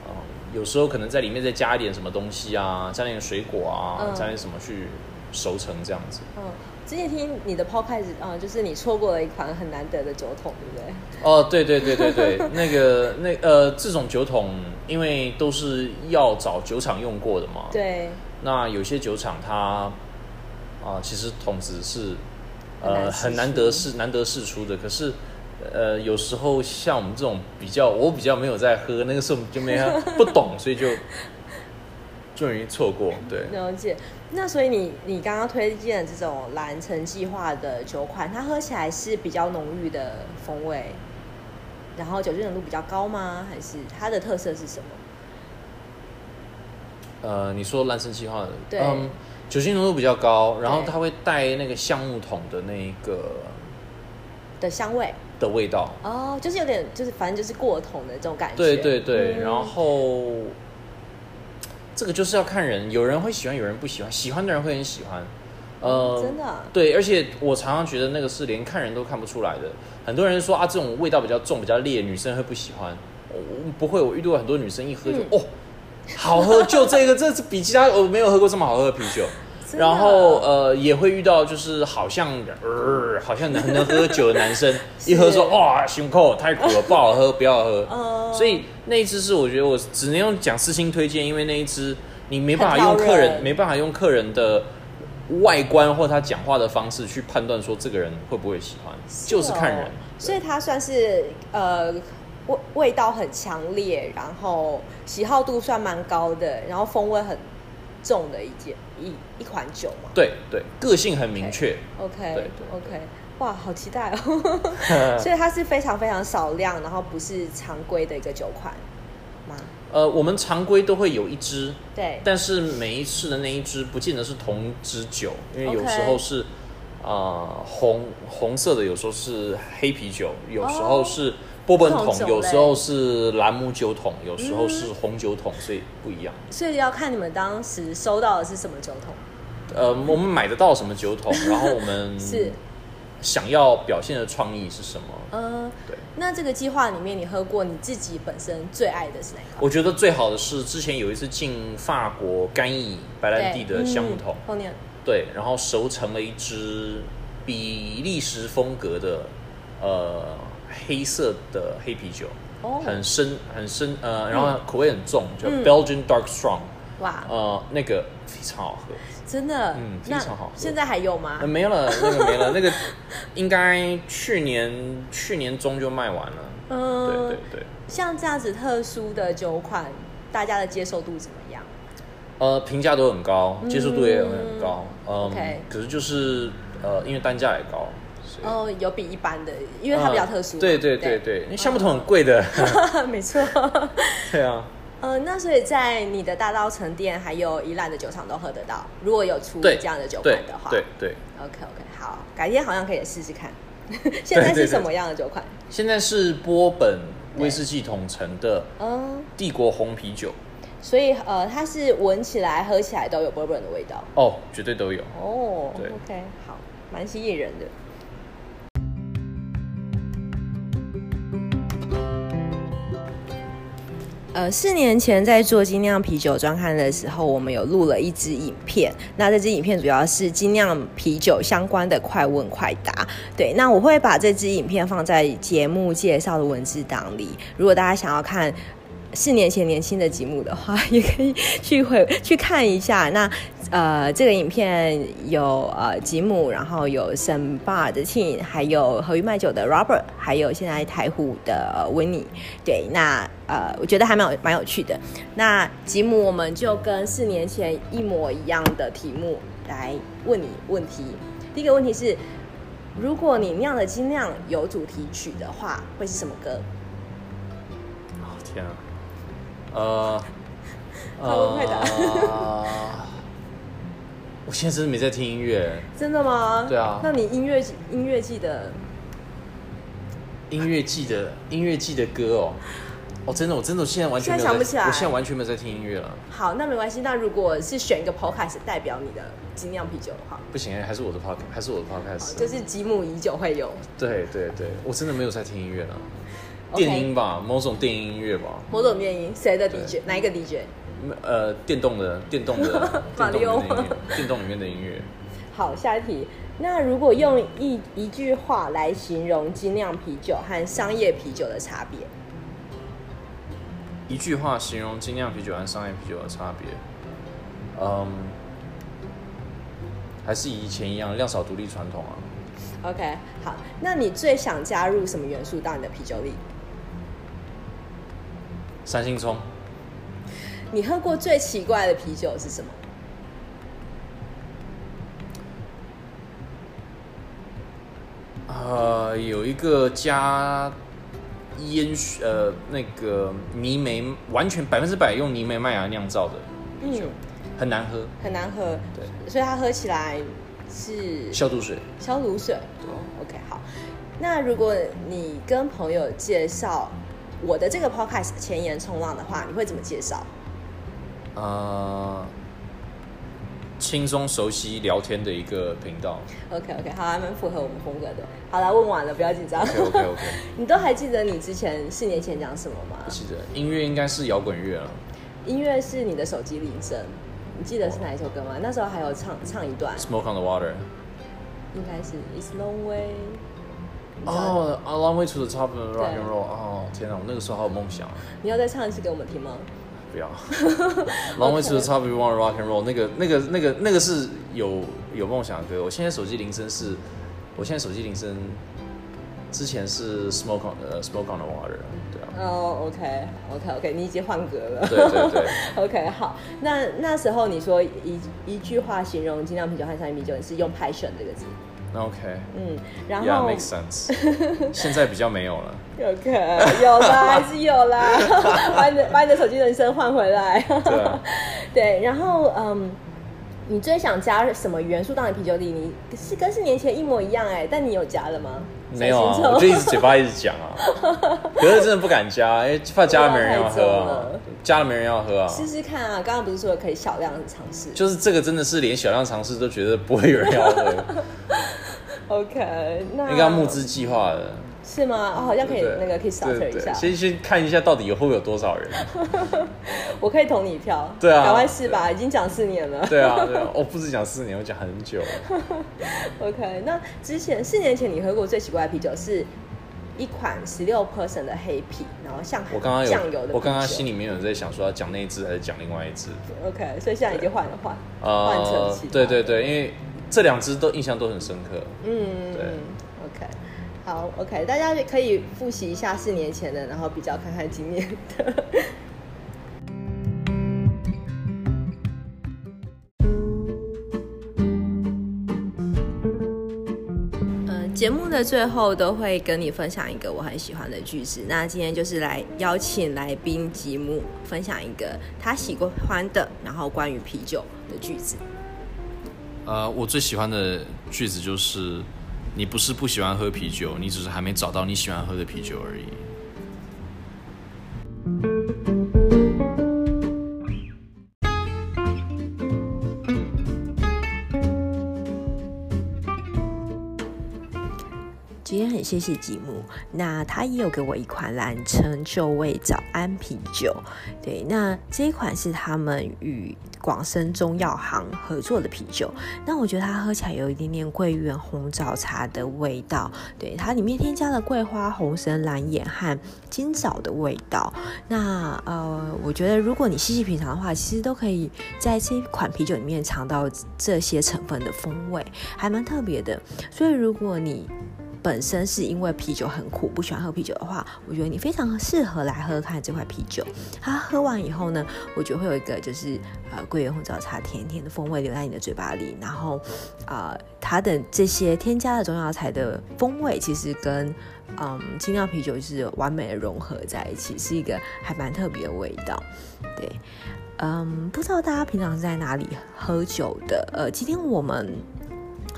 S2: 呃，有时候可能在里面再加一点什么东西啊，加点水果啊，
S1: 嗯
S2: 加点什么去熟成这样子。
S1: 嗯，之前听你的 podcast，嗯，就是你错过了一款很难得的酒桶，对不对？
S2: 哦，对对对对对，那个那呃，这种酒桶因为都是要找酒厂用过的嘛。。
S1: 对，
S2: 那有些酒厂它啊、其实桶子是
S1: 很难
S2: 呃
S1: 试
S2: 很难
S1: 出
S2: 得试难得试出的，可是。呃，有时候像我们这种比较，我比较没有在喝，那个时候就没不懂，所以就就容易错过。对，
S1: 了解。那所以你你刚刚推荐的这种蓝橙计划的酒款，它喝起来是比较浓郁的风味，然后酒精浓度比较高吗？还是它的特色是什么？
S2: 呃，你说蓝神计划的，
S1: 对
S2: 嗯，酒精浓度比较高，然后
S1: 对
S2: 它会带那个橡木桶的那一个
S1: 的香味
S2: 的味道，
S1: 哦，就是有点就是反正就是过桶的这种感觉。
S2: 对对对，
S1: 嗯
S2: 然后这个就是要看人，有人会喜欢，有人不喜欢，喜欢的人会很喜欢。呃，
S1: 真的啊
S2: 对，而且我常常觉得那个是连看人都看不出来的。很多人说啊，这种味道比较重、比较烈，女生会不喜欢。我我不会，我遇到很多女生一喝就、
S1: 嗯
S2: 哦，好喝，就这个，这是比其他我没有喝过这么好喝的啤酒。
S1: 真的啊
S2: 然后呃，也会遇到就是好像呃，好像能能喝酒的男生，一喝说
S1: 是
S2: 哇，胸口太苦了，不好喝，不要喝。
S1: 嗯
S2: 所以那一支是我觉得我只能用讲私心推荐，因为那一支你没办法用
S1: 很讨
S2: 客人
S1: 人
S2: 没办法用客人的外观或他讲话的方式去判断说这个人会不会喜欢，就是看人
S1: 哦。所以它算是呃味味道很强烈，然后喜好度算蛮高的，然后风味很重的一件一一款酒嘛。
S2: 对对，个性很明确。
S1: OK
S2: 对
S1: OK，哇，好期待哦！ 所以它是非常非常少量，然后不是常规的一个酒款吗？
S2: 呃，我们常规都会有一支，
S1: 对，
S2: 但是每一次的那一支不见得是同支酒，因为有
S1: OK
S2: 时候是呃红红色的，有时候是黑啤酒，有时候是波本
S1: 哦不
S2: 桶
S1: 同种，类嗯
S2: 有时候是兰姆酒桶，有时候是红酒桶，所以不一样。
S1: 所以要看你们当时收到的是什么酒桶。
S2: 呃，我们买得到什么酒桶， 然后我们
S1: 是
S2: 想要表现的创意是什么？
S1: 嗯、
S2: 对，
S1: 那这个计划里面，你喝过你自己本身最爱的是哪一款？
S2: 我觉得最好的是之前有一次进法国干邑白兰地
S1: 嗯
S2: 的橡木桶，
S1: 后面
S2: 对，然后熟成了一支比利时风格的呃黑色的黑啤酒，
S1: 哦
S2: 很深很深呃，然后口味很重，叫
S1: 嗯
S2: Belgian Dark Strong，、
S1: 哇，
S2: 呃，那个非常好喝。
S1: 真的，
S2: 嗯非
S1: 那
S2: 常好喝
S1: 现在还有吗
S2: 呃，？没有了，那个没了，那个应该去年去年中就卖完了。对
S1: 嗯，
S2: 对对，
S1: 像这样子特殊的酒款，大家的接受度怎么样？
S2: 呃，评价都很高，接受度也很高，嗯，
S1: 嗯 OK
S2: 可是就是呃，因为单价也高，所以
S1: 哦，有比一般的，因为它比较特殊嘛、
S2: 嗯对对对对，因为橡木桶很贵的，
S1: 对， 没错。
S2: 对啊，
S1: 呃，那所以在你的大稻城店还有宜兰的酒厂都喝得到，如果有出
S2: 对，
S1: 这样的酒款
S2: 对
S1: 的话，
S2: 对对。
S1: OK OK，好，改天好像可以试试看。 现在是什么样的酒款？
S2: 现在是波本
S1: 对
S2: 威士忌桶陈的
S1: 嗯，
S2: 帝国红啤酒，
S1: 所以呃，它是闻起来、喝起来都有 bourbon 的味道。
S2: 哦，绝对都有。
S1: 哦
S2: 对
S1: ，OK，好，蛮吸引人的。呃，四年前在做精酿啤酒专刊的时候，我们有录了一支影片。那这支影片主要是精酿啤酒相关的快问快答。对，那我会把这支影片放在节目介绍的文字档里。如果大家想要看四年前年轻的节目的话， 也可以去回去看一下。那呃，这个影片有呃吉姆，然后有沈巴尔的 Tin，还有合于卖酒的 Robert，还有现在台虎的呃 Winnie。对，那呃，我觉得还蛮有蛮有趣的。那吉姆，我们就跟四年前一模一样的题目来问你问题。第一个问题是，如果你酿的精酿有主题曲的话，会是什么歌？
S2: 哦天啊，呃，
S1: 快问快答
S2: 呃我现在真的没在听音乐，
S1: 真的吗？
S2: 对啊
S1: 那你音乐音乐记得
S2: 音乐季的音乐季的歌哦，哦，真的，我真的我现在完全
S1: 现在想
S2: 没有
S1: 不
S2: 在
S1: 起来
S2: 我现在完全没有在听音乐了，
S1: 好，那没关系。那如果是选一个 podcast 代表你的精酿啤酒的话，
S2: 不行，还是我的 podcast，还是我的 podcast，、
S1: 哦就是吉姆已久会有。
S2: 对对对，我真的没有在听音乐了，
S1: OK
S2: 电音吧，某种电音音乐吧，
S1: 某种原因，谁的
S2: 对
S1: DJ？哪一个 DJ？
S2: 呃，电动的，电动的，电动
S1: 马
S2: 的
S1: 里奥
S2: 音乐，电动里面的音乐，
S1: 好，下一题。那如果用一一句话来形容精酿啤酒和商业啤酒的差别，
S2: 一句话形容精酿啤酒和商业啤酒的差别，嗯，还是以前一样，量少独立传统啊。
S1: OK，好，那你最想加入什么元素到你的啤酒里？
S2: 三星葱，
S1: 你喝过最奇怪的啤酒是什么？
S2: 呃，有一个加烟熏呃那个泥煤，完全百分之百用泥煤麦芽酿造的，
S1: 嗯，
S2: 很难喝，
S1: 很难喝，
S2: 对，
S1: 所以它喝起来是
S2: 消毒水。
S1: 消毒水。OK，好。那如果你跟朋友介绍我的这个 podcast 前沿冲浪的话，你会怎么介绍？
S2: 呃，轻松熟悉聊天的一个频道。
S1: OK OK，好，还蛮符合我们风格的。好了，问完了，不要紧张。
S2: OK OK OK，
S1: 你都还记得你之前四年前讲什么吗
S2: 不？记得音乐应该是摇滚乐了。啊
S1: 音乐是你的手机铃声，你记得是哪一首歌吗？那时候还有唱唱一段，
S2: Smoke on the Water。
S1: 应该是 It's Long Way。你知道
S2: 哦、a long way to the top of
S1: 对
S2: rock and roll。哦，天哪，我那个时候好有梦想啊！
S1: 你要再唱一次给我们听吗？
S2: 不 要，Long way to the top of rock and roll。那个、那个、那个、那个是有有梦想的歌。我现在手机铃声是，我现在手机铃声之前是 Smoke on 呃 Smoke on the Water。对啊，
S1: 哦、o k OK OK，你已经换歌了。
S2: 对对 对。
S1: OK，好，那那时候你说一一句话形容精酿啤酒和商业啤酒，你是用 passion 这个字，
S2: OK。
S1: 嗯，然
S2: Yeah,
S1: 后
S2: makes sense 。现在比较没有了，
S1: OK 有啦，还是有啦， 把你的把你的手机人生换回来，
S2: 对啊，
S1: 对，然后嗯，你最想加什么元素到你啤酒里？你是跟四年前一模一样哎、但你有加了吗？
S2: 没有啊
S1: 小，心
S2: 我就
S1: 臭
S2: 一直嘴巴一直 讲啊，可是真的不敢加，因为怕加了没人要喝
S1: 不要太
S2: 啊
S1: 重了，
S2: 加了没人要喝啊，
S1: 试试看啊，刚刚不是说可以小量尝试？
S2: 就是这个真的是连小量尝试都觉得不会有人 要喝，
S1: OK，那
S2: 应该要募资计划的，
S1: 是吗？哦，好像可以
S2: 对不对
S1: 那个可以 starter
S2: 对
S1: 一
S2: 对
S1: 下
S2: 对，。先先看一下到底有会有 多少人，
S1: 我可以投你一票，
S2: 对啊
S1: 赶快试吧，已经讲四年了。
S2: 对啊对啊，我不止讲四年，我讲很久了，
S1: OK，那之前四年前你喝过最奇怪的啤酒是一款十六 percent 的黑啤，然后像
S2: 我刚刚
S1: 酱油的
S2: 有，我刚刚心
S1: 里
S2: 里面有在想说要讲那一支还是讲另外一支，
S1: OK，所以现在已经换了换换成
S2: 呃
S1: 其他，
S2: 对对对，因为这两支都印象都很深刻，
S1: 嗯
S2: 对
S1: ，OK。好，OK，大家可以复习一下四年前的，然后比较看看今年的。 呃节目的最后都会跟你分享一个我很喜欢的句子。那今天就是来邀请来宾吉姆分享一个他喜欢的，然后关于啤酒的句子。
S2: 呃，我最喜欢的句子就是：“你不是不喜欢喝啤酒，你只是还没找到你喜欢喝的啤酒而已。
S1: 今天很谢谢吉姆，那他也有给我一款蓝称就味早安啤酒，对，那这一款是他们与广生中药行合作的啤酒，那我觉得它喝起来有一点点桂圆红枣茶的味道，对，它里面添加了桂花、红参、蓝眼和金枣的味道。那呃，我觉得如果你细细品尝的话，其实都可以在这款啤酒里面尝到这些成分的风味，还蛮特别的。所以如果你本身是因为啤酒很苦，不喜欢喝啤酒的话，我觉得你非常适合来喝喝看这款啤酒。它喝完以后呢，我觉得会有一个就是呃桂圆红枣茶甜甜的风味留在你的嘴巴里，然后呃它的这些添加的中药材的风味其实跟嗯精酿啤酒就是完美的融合在一起，是一个还蛮特别的味道。对，嗯，不知道大家平常是在哪里喝酒的？呃，今天我们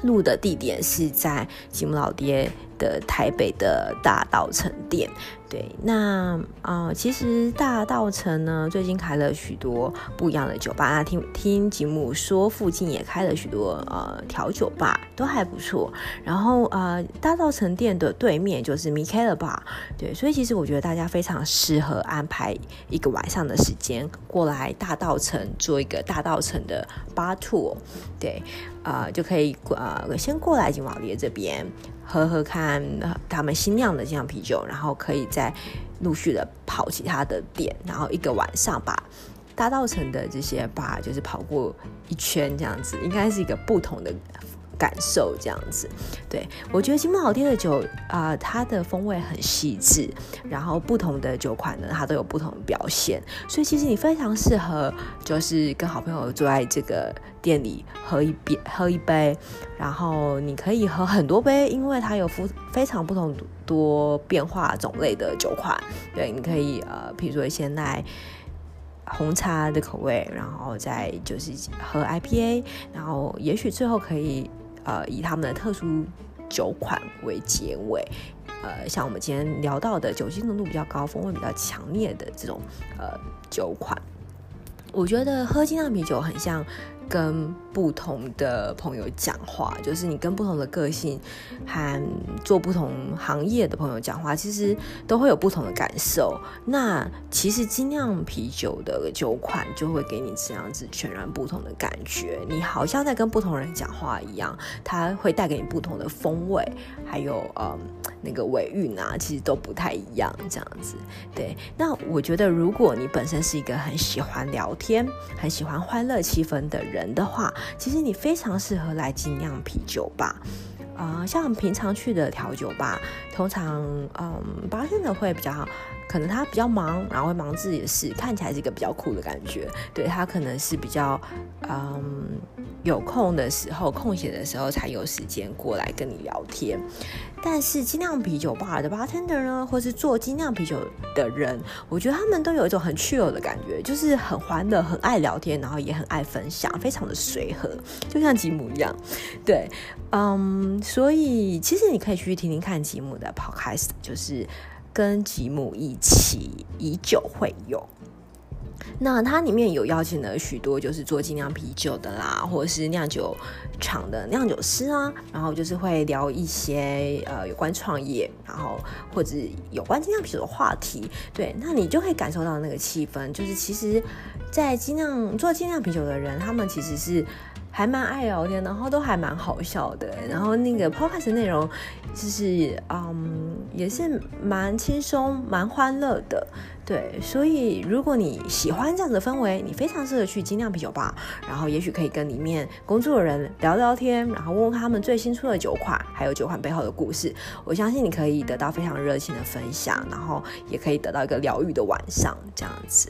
S1: 录的地点是在吉姆老爹的台北的大稻城店。对，那啊、呃其实大道城呢，最近开了许多不一样的酒吧。那听听吉姆说，附近也开了许多呃调酒吧，都还不错。然后呃，大道城店的对面就是米开了吧，对，所以其实我觉得大家非常适合安排一个晚上的时间过来大道城做一个大道城的 bar tour，对，呃，就可以呃先过来金宝列这边喝喝看呃他们新酿的这样啤酒，然后可以再陆续的跑其他的店，然后一个晚上把大道城的这些吧就是跑过一圈这样子，应该是一个不同的感受这样子。对，我觉得金木好店的酒啊、呃它的风味很细致，然后不同的酒款呢，它都有不同的表现，所以其实你非常适合就是跟好朋友坐在这个店里喝一杯，喝一杯，然后你可以喝很多杯，因为它有非非常不同多变化种类的酒款，对，你可以呃，比如说先来。红茶的口味，然后再就是喝 IPA，然后也许最后可以呃以他们的特殊酒款为结尾。呃，像我们今天聊到的酒精浓度比较高、风味比较强烈的这种呃酒款，我觉得喝精酿啤酒很像跟不同的朋友讲话，就是你跟不同的个性和做不同行业的朋友讲话，其实都会有不同的感受。那其实精酿啤酒的酒款就会给你这样子全然不同的感觉，你好像在跟不同人讲话一样，它会带给你不同的风味，还有嗯那个尾韵啊，其实都不太一样这样子。对，那我觉得如果你本身是一个很喜欢聊天、很喜欢欢乐气氛的人的话，其实你非常适合来精酿啤酒吧。呃，像平常去的调酒吧，通常嗯，八现的会比较，可能他比较忙，然后会忙自己的事，看起来是一个比较酷的感觉。对他可能是比较嗯有空的时候、空闲的时候才有时间过来跟你聊天。但是精酿啤酒吧的 bartender 呢，或是做精酿啤酒的人，我觉得他们都有一种很 chill 的感觉，就是很欢乐、很爱聊天，然后也很爱分享，非常的随和，就像吉姆一样。对，嗯，所以其实你可以去听听看吉姆的 podcast，就是跟吉姆一起以酒会友。那它里面有邀请了许多就是做精酿啤酒的啦，或者是酿酒厂的酿酒师啊，然后就是会聊一些呃有关创业，然后或者有关精酿啤酒的话题。对，那你就可以感受到那个气氛，就是其实，在精酿做精酿啤酒的人，他们其实是。还蛮爱聊天，然后都还蛮好笑的。然后那个 podcast 内容就是，嗯，也是蛮轻松、蛮欢乐的。对，所以如果你喜欢这样子的氛围，你非常适合去精酿啤酒吧，然后也许可以跟里面工作的人聊聊天，然后问问他们最新出的酒款，还有酒款背后的故事。我相信你可以得到非常热情的分享，然后也可以得到一个疗愈的晚上，这样子。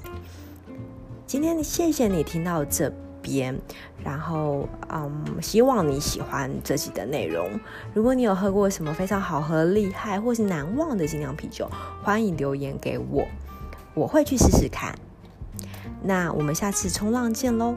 S1: 今天谢谢你听到这边，然后嗯，希望你喜欢这集的内容。如果你有喝过什么非常好喝、厉害或是难忘的精酿啤酒，欢迎留言给我，我会去试试看。那我们下次冲浪见喽，